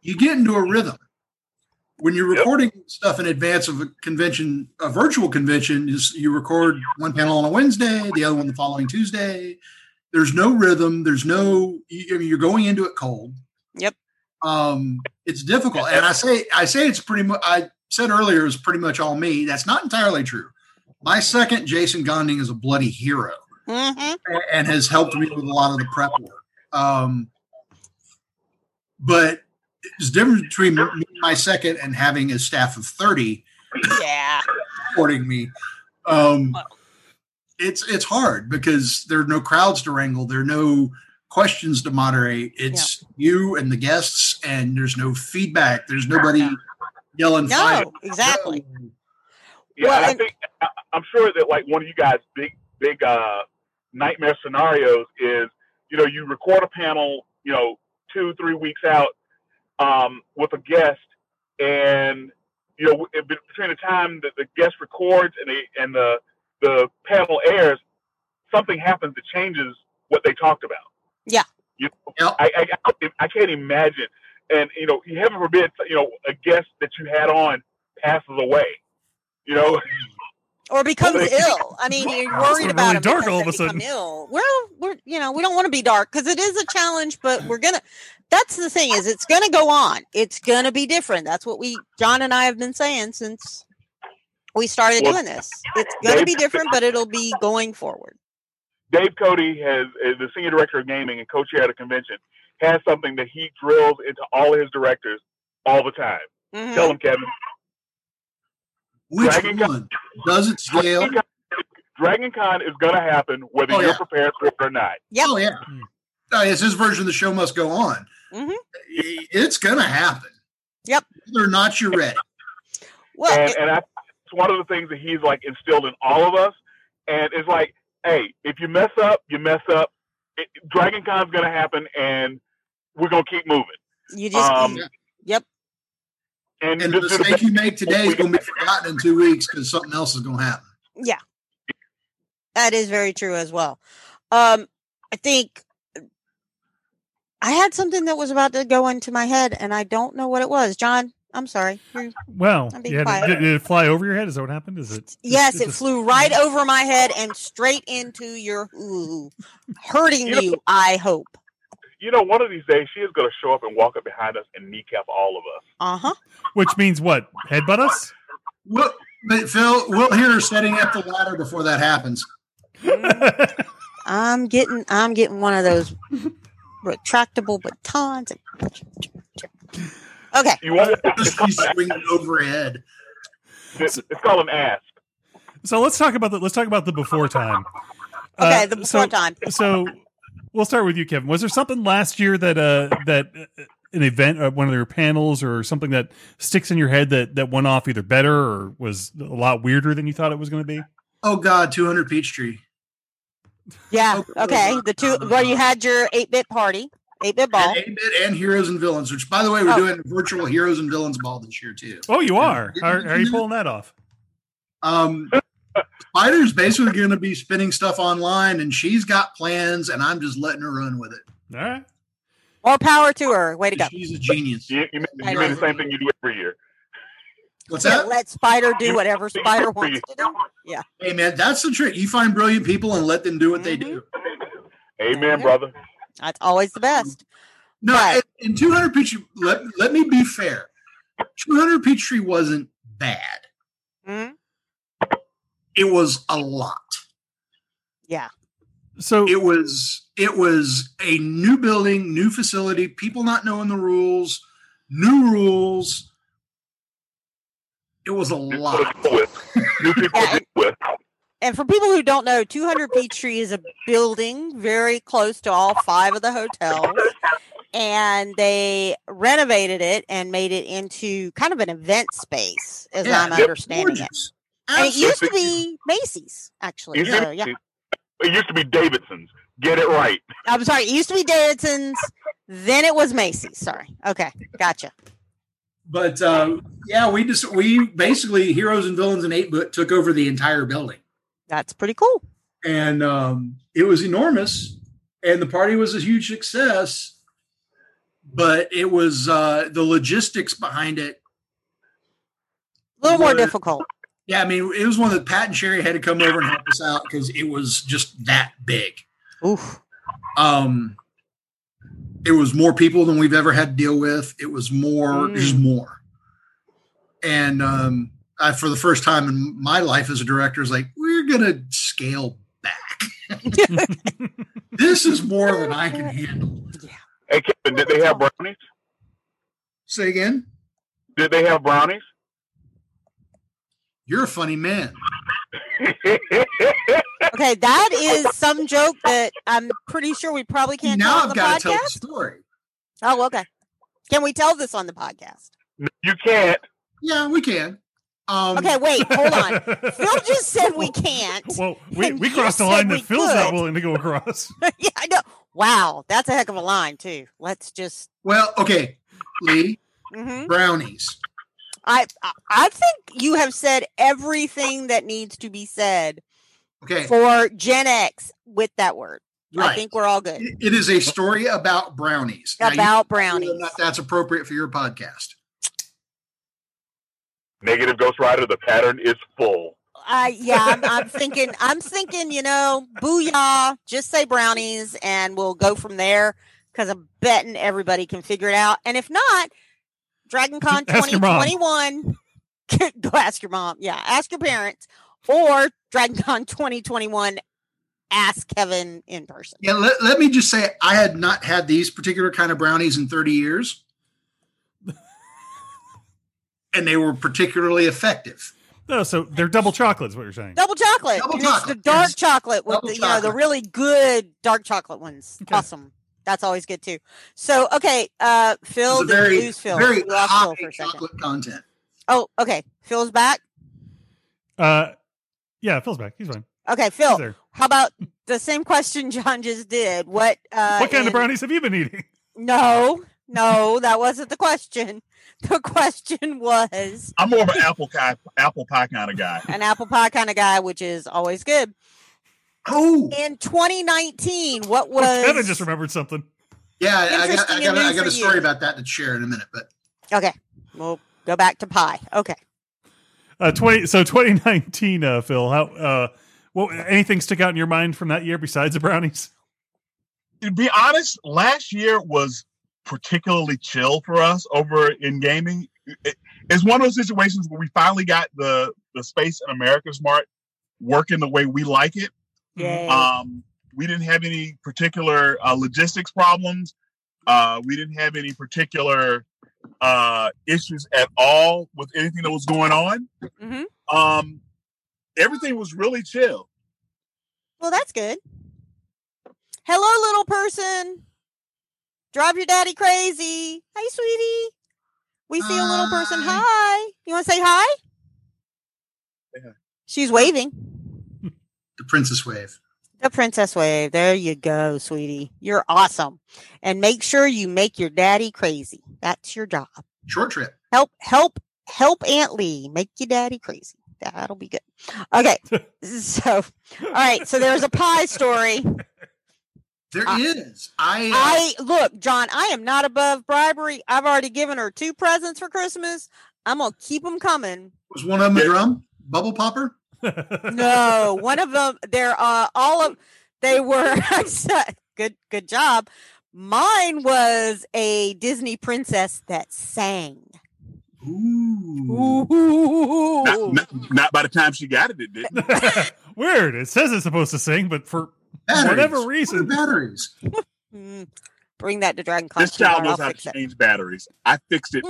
You get into a rhythm. When you're Yep. recording stuff in advance of a convention, a virtual convention is you record one panel on a Wednesday, the other one the following Tuesday. There's no rhythm. There's no. You, I mean, you're going into it cold. Yep. Um, it's difficult, and I say I say it's pretty much. I said earlier it's pretty much all me. That's not entirely true. My second, Jason Gonding, is a bloody hero Mhm. *coughs* a- and has helped me with a lot of the prep work. Um, but it's different between me, my second and having a staff of thirty Yeah. supporting me. Um, it's it's hard because there are no crowds to wrangle. There are no questions to moderate. It's you and the guests, and there's no feedback. There's nobody yelling. fire. No, exactly. No. Yeah, Well, and I and- think I, I'm sure that like one of you guys' big big uh, nightmare scenarios is you know you record a panel you know two three weeks out um, with a guest, and you know w- be- between the time that the guest records and the and the the panel airs, something happens that changes what they talked about. Yeah. You know, Yep. I, I I don't- I can't imagine, and you know heaven forbid you know a guest that you had on passes away. You know, Or becomes Well, they- ill. I mean, you're Wow, it's worried been about really them dark because all they of a become sudden. Ill. We're we're you know we don't want to be dark because it is a challenge, but we're gonna. That's the thing is it's gonna go on. It's gonna be different. That's what we John and I have been saying since we started Well, doing this. It's gonna they- be different, but it'll be going forward. Dave Cody has, is the senior director of gaming and co-chair at a convention, has something that he drills into all of his directors all the time. Mhm. Tell him, Kevin. Which Dragon Con- one doesn't scale? *laughs* Dragon Con, Dragon Con is going to happen whether Oh, you're yeah. prepared for it or not. Yep. Oh yeah. Hmm. Uh, it's his version of the show must go on. Mhm. I- It's gonna happen. Yep. Whether or not you're ready. Well, and it- and I, it's one of the things that he's like instilled in all of us. And it's like, hey, if you mess up, you mess up. It, Dragon Con's going to happen, and we're going to keep moving. you just um, yep. And, And the just do the mistake best. you make today is gonna be forgotten in two weeks because something else is gonna happen. That is very true as well. Um, I think uh, I had something that was about to go into my head, and I don't know what it was. John, I'm sorry. You- Well, I'm being yeah, quiet. did, did it fly over your head? Is that what happened? Is it? Yes, it just- flew *laughs* right over my head and straight into your ooh, hurting you. I hope. you know, one of these days she is going to show up and walk up behind us and kneecap all of us. Uh huh. Which means what? Headbutt us? Well, but Phil, we'll hear her setting up the ladder before that happens. I'm getting. I'm getting one of *laughs* those retractable batons. Uh, Okay. You won't. *laughs* It's Just be called, swinging overhead. it's, it's called an ass. so let's talk about the let's talk about the before time. Okay. Uh, the before so- time. So we'll start with you, Kevin. Was there something last year that uh that uh, an event, uh, one of their panels, or something that sticks in your head that that went off either better or was a lot weirder than you thought it was going to be? Oh God, 200 Peachtree. Yeah. Okay. Okay. The two. Well, you had your eight bit party, eight bit ball. Um, And, and, and Heroes and Villains, which by the way, we're Oh. doing a virtual Heroes and Villains ball this year too. Oh, you are. Didn't How, you how are you know? pulling that off? Um, Spider's basically going to be spinning stuff online, and she's got plans, and I'm just letting her run with it. All right. More power to her. Way to go. She's a genius. You, you, mean, I you mean the know. same thing you do every year. What's Yeah, that? let Spider do whatever Spider wants to do. Hey, man, that's the trick. You find brilliant people and let them do what they Mm-hmm. do. Amen, Mhm. brother. That's always the best. No, Right. and, and 200 Peachtree, let, let me be fair. 200 Peachtree wasn't bad. Mm-hmm. Mhm. It was a lot. So It was it was a new building, new facility, people not knowing the rules, new rules. It was a New lot. people to deal with. New people to deal with. And for people who don't know, 200 Peachtree is a building very close to all five of the hotels. And they renovated it and made it into kind of an event space, as Yeah, I'm they're understanding it. Gorgeous. And it used to Absolutely. be Macy's, actually. It So, yeah. used to be Davidson's. Get it right. I'm sorry. It used to be Davidson's. Then it was Macy's. Sorry. Okay. Gotcha. But uh, yeah, we just we basically heroes and villains and eight book took over the entire building, That's pretty cool. and um, it was enormous, and the party was a huge success. But it was uh, the logistics behind it. A little more Would- difficult. Yeah, I mean, it was one that Pat and Sherry had to come over and help us out because it was just that big. Oof. Um, it was more people than we've ever had to deal with. It was more, just Mm. more. And um, I, for the first time in my life as a director, is like, we're gonna scale *laughs* back. this is more than *laughs* I can handle. Hey, Kevin, did they have brownies? Say again. Did they have brownies? *laughs* You're a funny man. Okay, that is some joke that I'm pretty sure we probably can't now tell on I've the got to tell the podcast. story. Oh, okay. Can we tell this on the podcast? you can't. Yeah, we can. Um, Okay, wait, hold *laughs* on. Phil just said we can't. *laughs* Well, we, And we you crossed a said line we that Phil's not could. willing to *laughs* go across. yeah, I know. Wow, that's a heck of a line too. Let's just. Well, okay, Lee hmm brownies. I I- I think you have said everything that needs to be said Okay, for Gen X with that word. I Right. think we're all good It- it is a story about brownies. Now, *laughs* you about whether brownies. or not that's appropriate for your podcast. Negative Ghost Rider, the pattern is full. *laughs* I yeah, I'm, I'm thinking. I'm thinking. You know, booyah! Just say brownies, and we'll go from there. Because I'm betting everybody can figure it out. And if not, Dragon Con Ask your mom. 2021. *laughs* go ask your mom. Yeah, ask your parents, or Dragon Con 2021. Ask Kevin in person. Yeah, let, let me just say I had not had these particular kind of brownies in 30 *laughs* years. and they were particularly effective. No, so they're double chocolates. What you're saying? Double chocolate. Double and it's chocolate, the dark yes. chocolate with Double the, you know, the chocolate. really good dark chocolate ones. Okay. Awesome. That's always good too. So okay, uh Phil It's a did very, lose Phil. very We lost Phil hot for a second. chocolate content. Oh, okay. Phil's back. Uh, yeah, Phil's back. He's fine. Okay, He's Phil. there. How about the same question *laughs* John just did? What uh what kind in- of brownies have you been eating? *laughs* No, no, that wasn't the question. *laughs* The question was I'm more of an apple pie, apple pie kind of guy. an apple pie kind of guy, which is always good. Oh, In 2019, what was Kevin just remembered something. yeah. I got, Interesting I got, and I new got for a story you. about that to share in a minute, but Okay. We'll go back to pie. Okay. Uh, twenty. So 2019, uh, Phil. How? Uh, what? Anything stick out in your mind from that year besides the brownies? *laughs* to be honest, last year was particularly chill for us over in gaming. It- It's one of those situations where we finally got the the space in America Smart working the way we like it. Mm-hmm. Yay. Uh, Um, we didn't have any particular uh, logistics problems. Uh, we didn't have any particular uh, issues at all with anything that was going on. Mhm. Um, everything was really chill. well, that's good. Hello, little person. Drive your daddy crazy. Hey, sweetie. We see a little person. Hi. Hi. You want to say hi? Yeah. She's waving. the Princess Wave. The princess wave. There you go, sweetie. You're awesome. And make sure you make your daddy crazy. That's your job. Short trip. help help help aunt lee make your daddy crazy that'll be good okay so all right so there's a pie story There is. Uh, I, uh, i look john i am not above bribery i've already given her two presents for christmas i'm gonna keep them coming was one of them a drum bubble popper. *laughs* no one of them they're uh all of they were *laughs* good good job mine was a disney princess that sang Ooh. Ooh. *laughs* Not, not- not by the time she got it, it did. Weird. It says it's supposed to sing, but for Batteries. whatever What are reason. batteries. Mm. Bring that to Dragon Con. This child tomorrow, knows I'll how to fix it. change batteries. I fixed it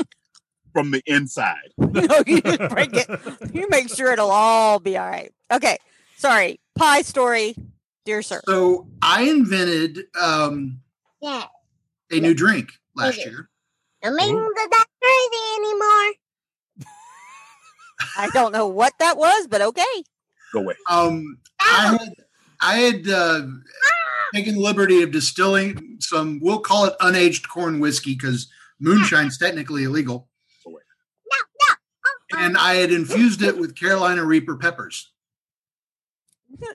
from the inside. *laughs* no, you just break it. You make sure it'll all be all right. Okay. Sorry. Pie story, dear sir. So I invented um, Yeah. a new drink last Okay. year. Don't make me go that crazy anymore. I don't know what that was, but okay. Go away. Um, I had, I had uh, Ah! taken the liberty of distilling some, we'll call it unaged corn whiskey because Ah! moonshine's technically illegal. No, no. Oh, And I had infused it with Carolina Reaper peppers. No.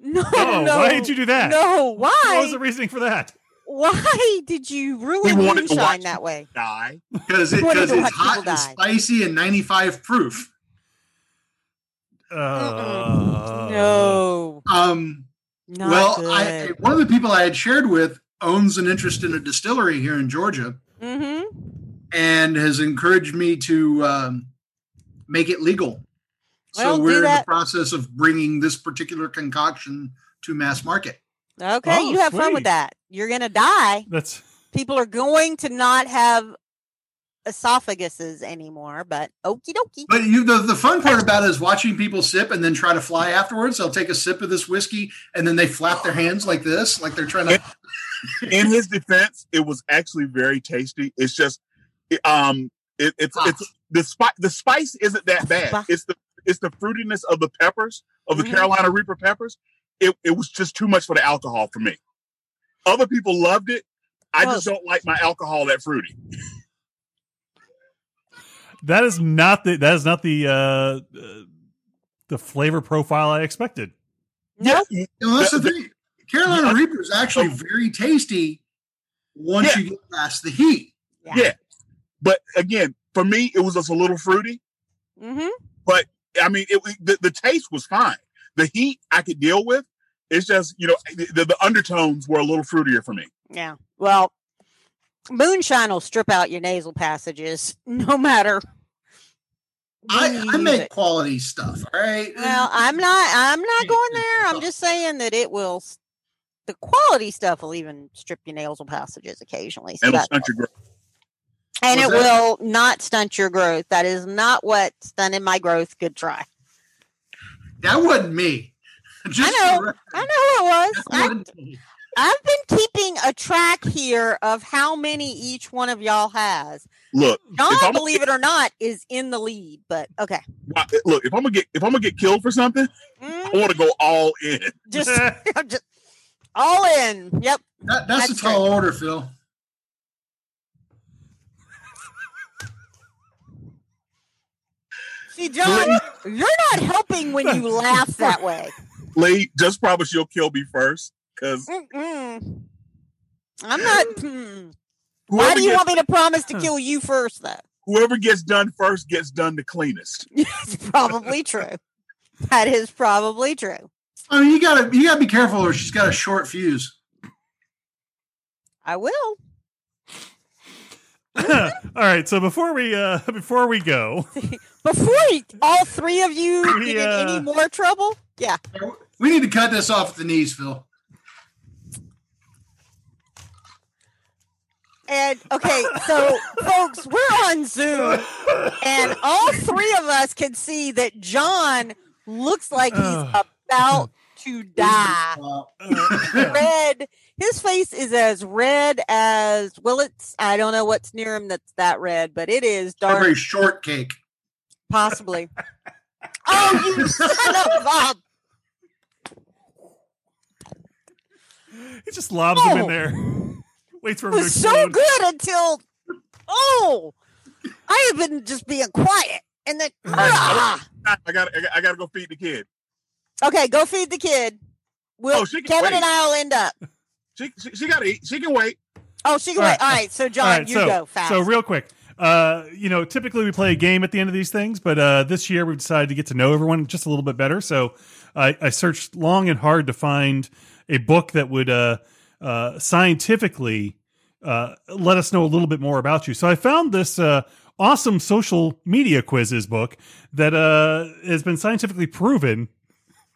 No. Oh, *laughs* no. why did you do that? No. What was Why? the reasoning for that? Why did you ruin We wanted to moonshine watch- that way? Die. Because *laughs* it, What do 'cause you it's want hot people and die? spicy and 95 proof. Uh, no. Um, Not well, I, good. one of the people I had shared with owns an interest in a distillery here in Georgia mm-hmm. and has encouraged me to um, make it legal. Well, so do we're in the that. process of bringing this particular concoction to mass market. Okay. Oh, you have fun sweet. with that. You're going to die. That's people are going to not have esophaguses anymore, but okie dokie. But you, the, the fun part about it is watching people sip and then try to fly afterwards. They'll take a sip of this whiskey and then they flap their hands like this, like they're trying to. In his defense, it was actually very tasty. It's just, it, um, it, it's it's the spice. The spice isn't that bad. It's the it's the fruitiness of the peppers of the Mhm. Carolina Reaper peppers. It it was just too much for the alcohol for me. Other people loved it. I just don't like my alcohol that fruity. that is not the that is not the uh, uh, the flavor profile I expected. Nope. You know, that's the thing. Carolina Reaper is actually very tasty once Yeah. you get past the heat. But again, for me, it was just a little fruity. hmm I mean, it, the, the taste was fine. The heat I could deal with. It's just, you know, the, the undertones were a little fruitier for me. Yeah. Well, moonshine will strip out your nasal passages *laughs* no matter. when I, you I use make it. quality stuff. All right. Well, I'm not. I'm not Yeah, going yeah, there. I'm yeah. just saying that it will. s- The quality stuff will even strip your nasal passages occasionally. So And it that, was country girl. And it Was will not stunt your growth. That is not what stunted my growth. Good try. That wasn't me. *laughs* Just I know. for- I know it was. that I, wasn't me. I've been keeping a track here of how many each one of y'all has. Look, If John, I'm- believe it or not, is in the lead. But okay, look. If I'm gonna get if I'm gonna get killed for something, Mm, *laughs* I want to go all in. just, *laughs* I'm just all in. Yep. That- that's, That's a tall order, Phil. See, John, you're not helping when you laugh that way. Lee, just promise you'll kill me first, because Mm-mm. I'm not. *laughs* mm. Why whoever, do you gets- want me to promise *laughs* to kill you first, though? whoever gets done first gets done the cleanest. It's *laughs* probably true. That is probably true. I mean, you gotta you gotta be careful, or she's got a short fuse. I will. *laughs* All right, so before we uh *laughs* before we go, Before y- all three of *coughs* you We, get in any uh, more trouble, yeah. We need to cut this off at the knees, Phil. And okay, so folks, we're on Zoom, and all three of us can see that John looks like he's Ugh. *clears throat* about to die. Uh, *laughs* Red. His face is as red as well. It's I don't know what's near him that's that red, but it is a dark, very short cake. possibly. oh, you son of a he just lobs him in Oh. there. *laughs* Waits for It him to was so explode. good until oh i have been just being quiet and then ah! I got I got I got to go feed the kid. *laughs* okay go feed the kid we'll Oh, she can kevin and wait. i'll end up She she, she got to eat. She can wait. oh she can All wait right. all right so john All right, you so, go fast So real quick, uh, you know, typically we play a game at the end of these things, but uh, this year we've decided to get to know everyone just a little bit better. So I, I searched long and hard to find a book that would uh, uh, scientifically uh, let us know a little bit more about you. So I found this uh, awesome social media quizzes book that uh, has been scientifically proven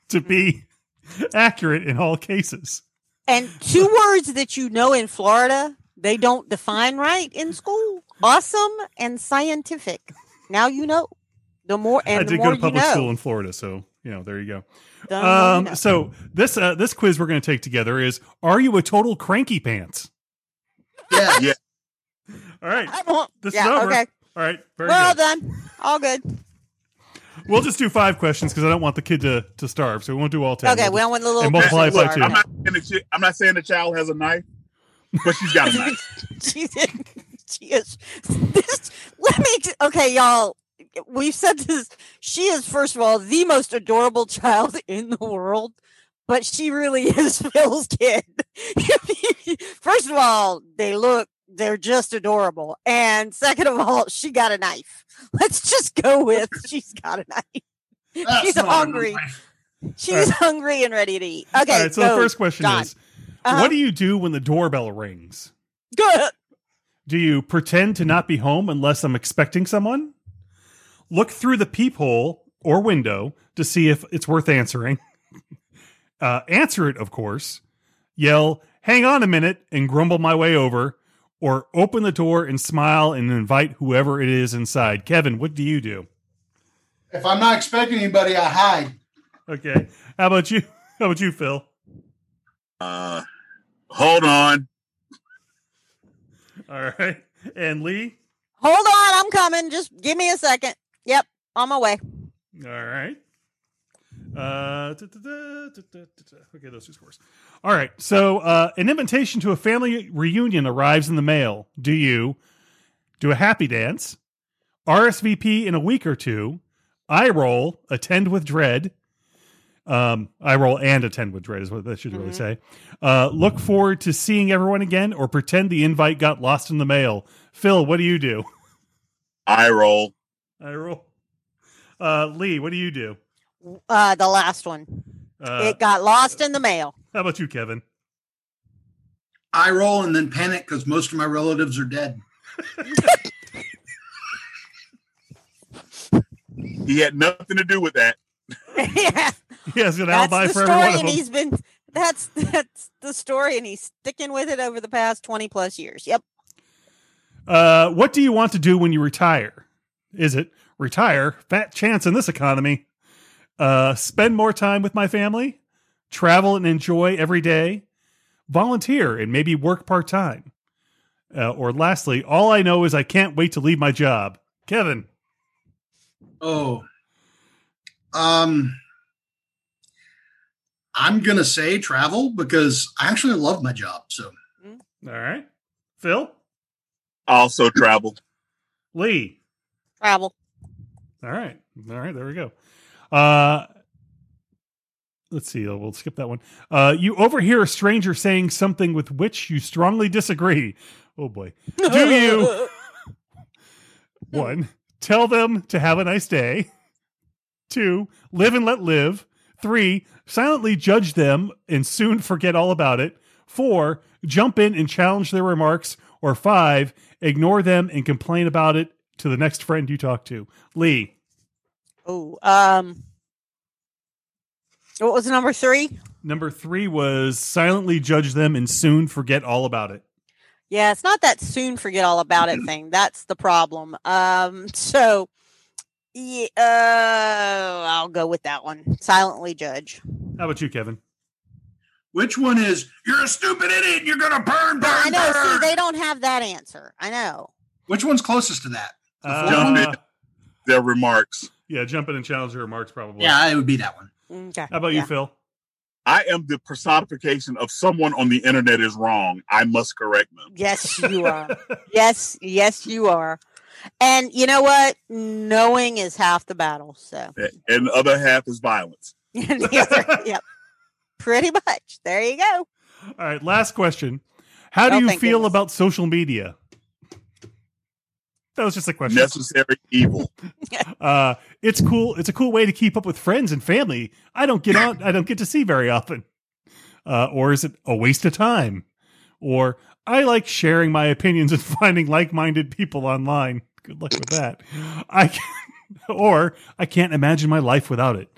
to be Mm-hmm. accurate in all cases. and two words that you know in florida they don't define right in school awesome and scientific now you know the more and I the did more go to public you know, school in Florida, so you know, there you go. the more you Oh, know. Um, so this uh, this quiz we're going to take together is: Are you a total cranky pants? Yeah. All right, I don't- this yeah, is over. okay All right, very we're all good. done all good We'll just do five questions because I don't want the kid to, to starve, so we won't do all ten. Okay, we We'll don't want the little. and multiply person it to by two. I'm not saying starve. the chi- I'm not saying the child has a knife, but she's got a *laughs* knife. She did. She is. This, let me. t- Okay, y'all. We've said this. She is, first of all, the most adorable child *laughs* in the world, but she really *laughs* is Phil's kid. *laughs* first of all, they look. They're just adorable. And second of all, she got a knife. Let's just go *laughs* with she's got a knife. That's *laughs* She's not a good hungry. life. She's hungry and ready to eat. Okay. all right, so go. the first question John. is: Uh-huh. What do you do when the doorbell rings? Good. Do you pretend to not be home unless I'm expecting someone? Look through the peephole or window to see if it's worth answering. *laughs* Uh, answer it, of course. Yell, hang on a minute, and grumble my way over, or open the door and smile and invite whoever it is inside. Kevin, what do you do? If I'm not expecting anybody, I hide. Okay. How about you? *laughs* How about you, Phil? Uh, hold on. All right. And Lee? Hold on, I'm coming. Just give me a second. Yep, on my way. All right. Uh, da, da, da, da, da, da. Okay, those two scores. All right. So, uh, an invitation to a family reunion arrives in the mail. Do you do a happy dance, RSVP in a week or two, eye roll, attend with dread, um, eye roll and attend with dread is what that should really Mhm. say. Uh, look forward to seeing everyone again, or pretend the invite got lost in the mail. Phil, what do you do? Eye roll. Eye roll. Uh, Lee, what do you do? Uh, the last one. Uh, it got lost in the mail. *laughs* How about you, Kevin? *laughs* I roll and then panic because most of my relatives are dead. He had nothing to do with that. yeah, He has an that's alibi the for story, every one of and them. he's been. That's *laughs* that's the story, and he's sticking with it over the past twenty plus years. Yep. Uh, what do you want to do when you retire? Is it retire? Fat chance in this economy. Uh, spend more time with my family, travel and enjoy every day, volunteer and maybe work part time. Uh, or lastly, all I know is I can't wait to leave my job. Kevin, Oh. Um I'm going to say travel because I actually love my job. So all right. Phil, Also travel. Lee, Travel. All right. All right. There we go. Uh, let's see. uh, We'll skip that one. Uh, you overhear a stranger saying something with which you strongly disagree. Oh boy. *laughs* Do you one tell them to have a nice day? Two live and let live. Three silently judge them and soon forget all about it. Four jump in and challenge their remarks. Or five ignore them and complain about it to the next friend you talk to. Lee. Oh, um, what was number three? Number three was silently judge them and soon forget all about it. Yeah, it's not that soon forget all about it thing. That's the problem. Um, so yeah, uh, I'll go with that one. Silently judge. How about you, Kevin? which one is you're a stupid idiot, you're going to burn burn I know. See, burn"? they don't have that answer. I know. Which one's closest to that? Jump in. Their remarks. Uh, Yeah, jump in and challenge your remarks probably. Yeah, it would be that one. Okay. How about you, yeah. Phil? I am the personification of someone on the internet is wrong. I must correct them. Yes, you *laughs* are. yes, yes, you are. And you know what? Knowing is half the battle. So, *laughs* And the other half is violence. *laughs* yep. Pretty much. There you go. All right, last question. How do Oh, you thank feel goodness. about social media? That was just a question. Necessary evil. Uh, it's cool. It's a cool way to keep up with friends and family. I don't get on. I don't get to see very often. Uh, or is it a waste of time? Or I like sharing my opinions and *laughs* finding like-minded people online. Good luck with that. I can, *laughs* or I can't imagine my life without it.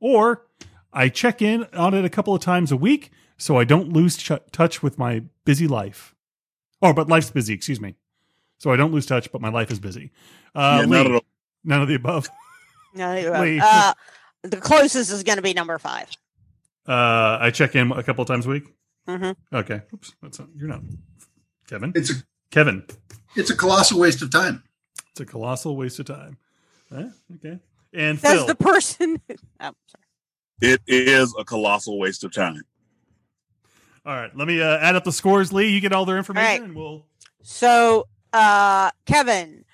Or I check in on it a couple of times a week so I don't lose ch- touch with my busy life. Or but life's busy. Excuse me. So I don't lose touch, but my life is busy. Uh, Yeah, Lee, not at all. None of the above. No, you Lee. are. Uh, the closest is going to be number five. Uh, I check in a couple times a week. Mhm. Okay. Oops. That's not, you're not Kevin. It's a Kevin. it's a colossal waste of time. It's a colossal waste of time. Huh? Okay. And Says Phil. the person. Oh, It is a colossal waste of time. all right. Let me uh, add up the scores, Lee. You get all their information, All right. and we'll. *laughs* So, uh, Kevin,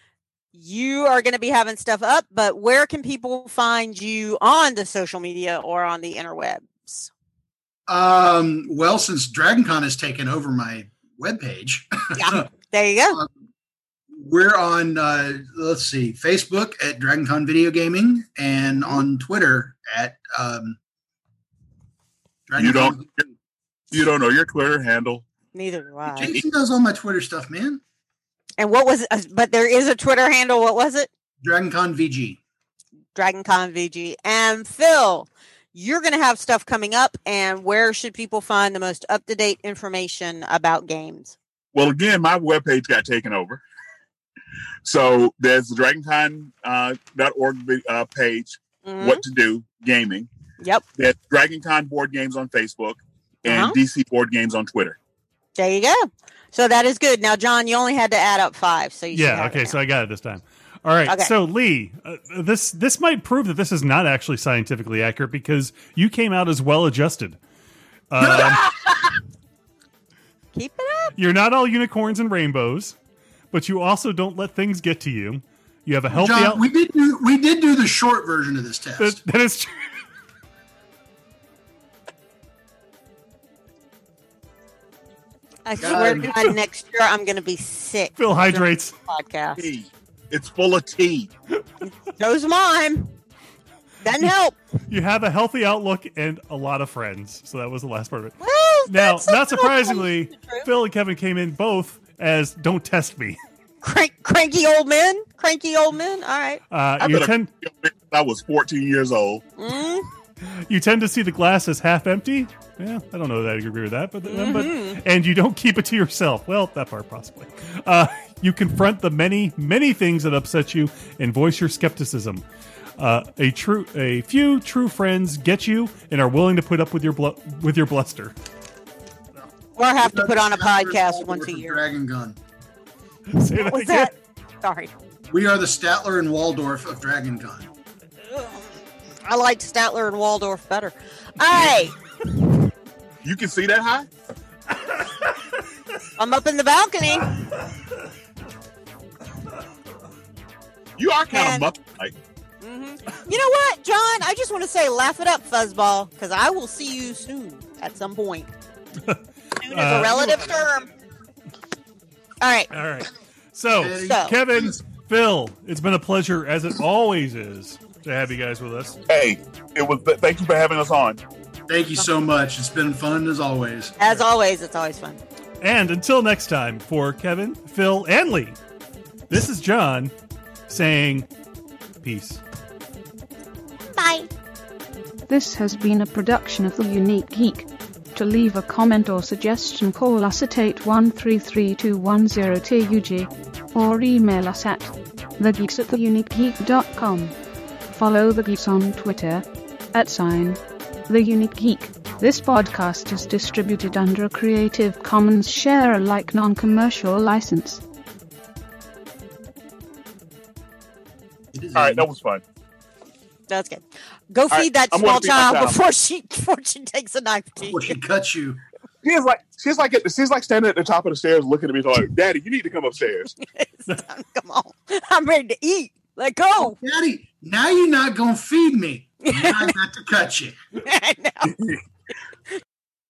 you are going to be having stuff up, but where can people find you on the social media or on the interwebs? Um, well, since DragonCon has taken over my webpage, *laughs* Yeah. There you go. we're on uh, let's see, Facebook at DragonCon Video Gaming and on Twitter at um, You don't- You don't know your Twitter handle. Neither do I. Jason does all my Twitter stuff, man. And what was? uh, But there is a Twitter handle. What was it? DragonCon VG. Dragon Con VG. And Phil, you're going to have stuff coming up. And where should people find the most up to date information about games? Well, again, my webpage got taken over. *laughs* So there's the DragonCon.org uh, dot org, uh, page, Mhm. What to Do Gaming. Yep. There's DragonCon Board Games on Facebook and Uh-huh. DC Board Games on Twitter. There you go. So that is good. Now, John, you only had to add up five. So you should Yeah. have it Okay. now. So I got it this time. All right. Okay. So Lee, uh, this this might prove that this is not actually scientifically accurate because you came out as *laughs* well adjusted. Um, keep it up. You're not all unicorns and rainbows, but you also don't let things get to you. You have a healthy John, out- we did do, we did do the short version of this test. that, that is true. I swear to God. God, next year I'm going to be sick. Phil hydrates. Podcast. Tea. It's full of tea. Those mine. *laughs* Doesn't help. You have a healthy outlook and a lot of friends. So that was the last part of it. Well, Now, that's not the problem. surprisingly, Phil and Kevin came in both as "Don't test me." Crank, cranky old men. Cranky old men. All right. Uh, I your better- ten, I was 14 years old. Mm. You tend to see the glass as half empty. Yeah, I don't know that I agree with that, but, but Mm-hmm. and you don't keep it to yourself. Well, that part possibly. Uh, you confront the many, many things that upset you and voice your skepticism. Uh, a true, a few true friends get you and are willing to put up with your blu- with your bluster. *laughs* Or have to put on a Chapters podcast all once a over year. Dragon Gun. Say What that was again. that? Sorry. We are the Statler and Waldorf of Dragon Gun. I liked Statler and Waldorf better. All right. You can see that high? I'm up in the balcony. You are kind And- of muppet. Like, You know what, John? I just want to say, laugh it up, fuzzball, because I will see you soon at some *laughs* point. soon is Uh, a relative term. All right. All right. So, So- Kevin, Phil, it's been a pleasure, as it always is, to have you guys with us. hey, it was. Thank you for having us on. Thank you so much. It's been fun as always. As always, it's always fun. And until next time, for Kevin, Phil, and Lee, this is John saying peace. Bye. This has been a production of The Unique Geek. To leave a comment or suggestion, call us at 8133210TUG or email us at thegeeks at theuniquegeek.com. Follow The Geeks on Twitter at sign The Unique Geek. This podcast is distributed under a Creative Commons share alike non commercial license. It is All right, easy. that was fun. That's good. Go right, feed that I'm gonna small feed my child child. before she *laughs* before she takes a knife to Before you. she cuts you. She is like she's like she's like standing at the top of the stairs, looking at me like, "Daddy, you need to come upstairs." *laughs* It's time. Come on, I'm ready to eat. Let go. Daddy, now you're not gonna feed me. Now I got to cut you. I know.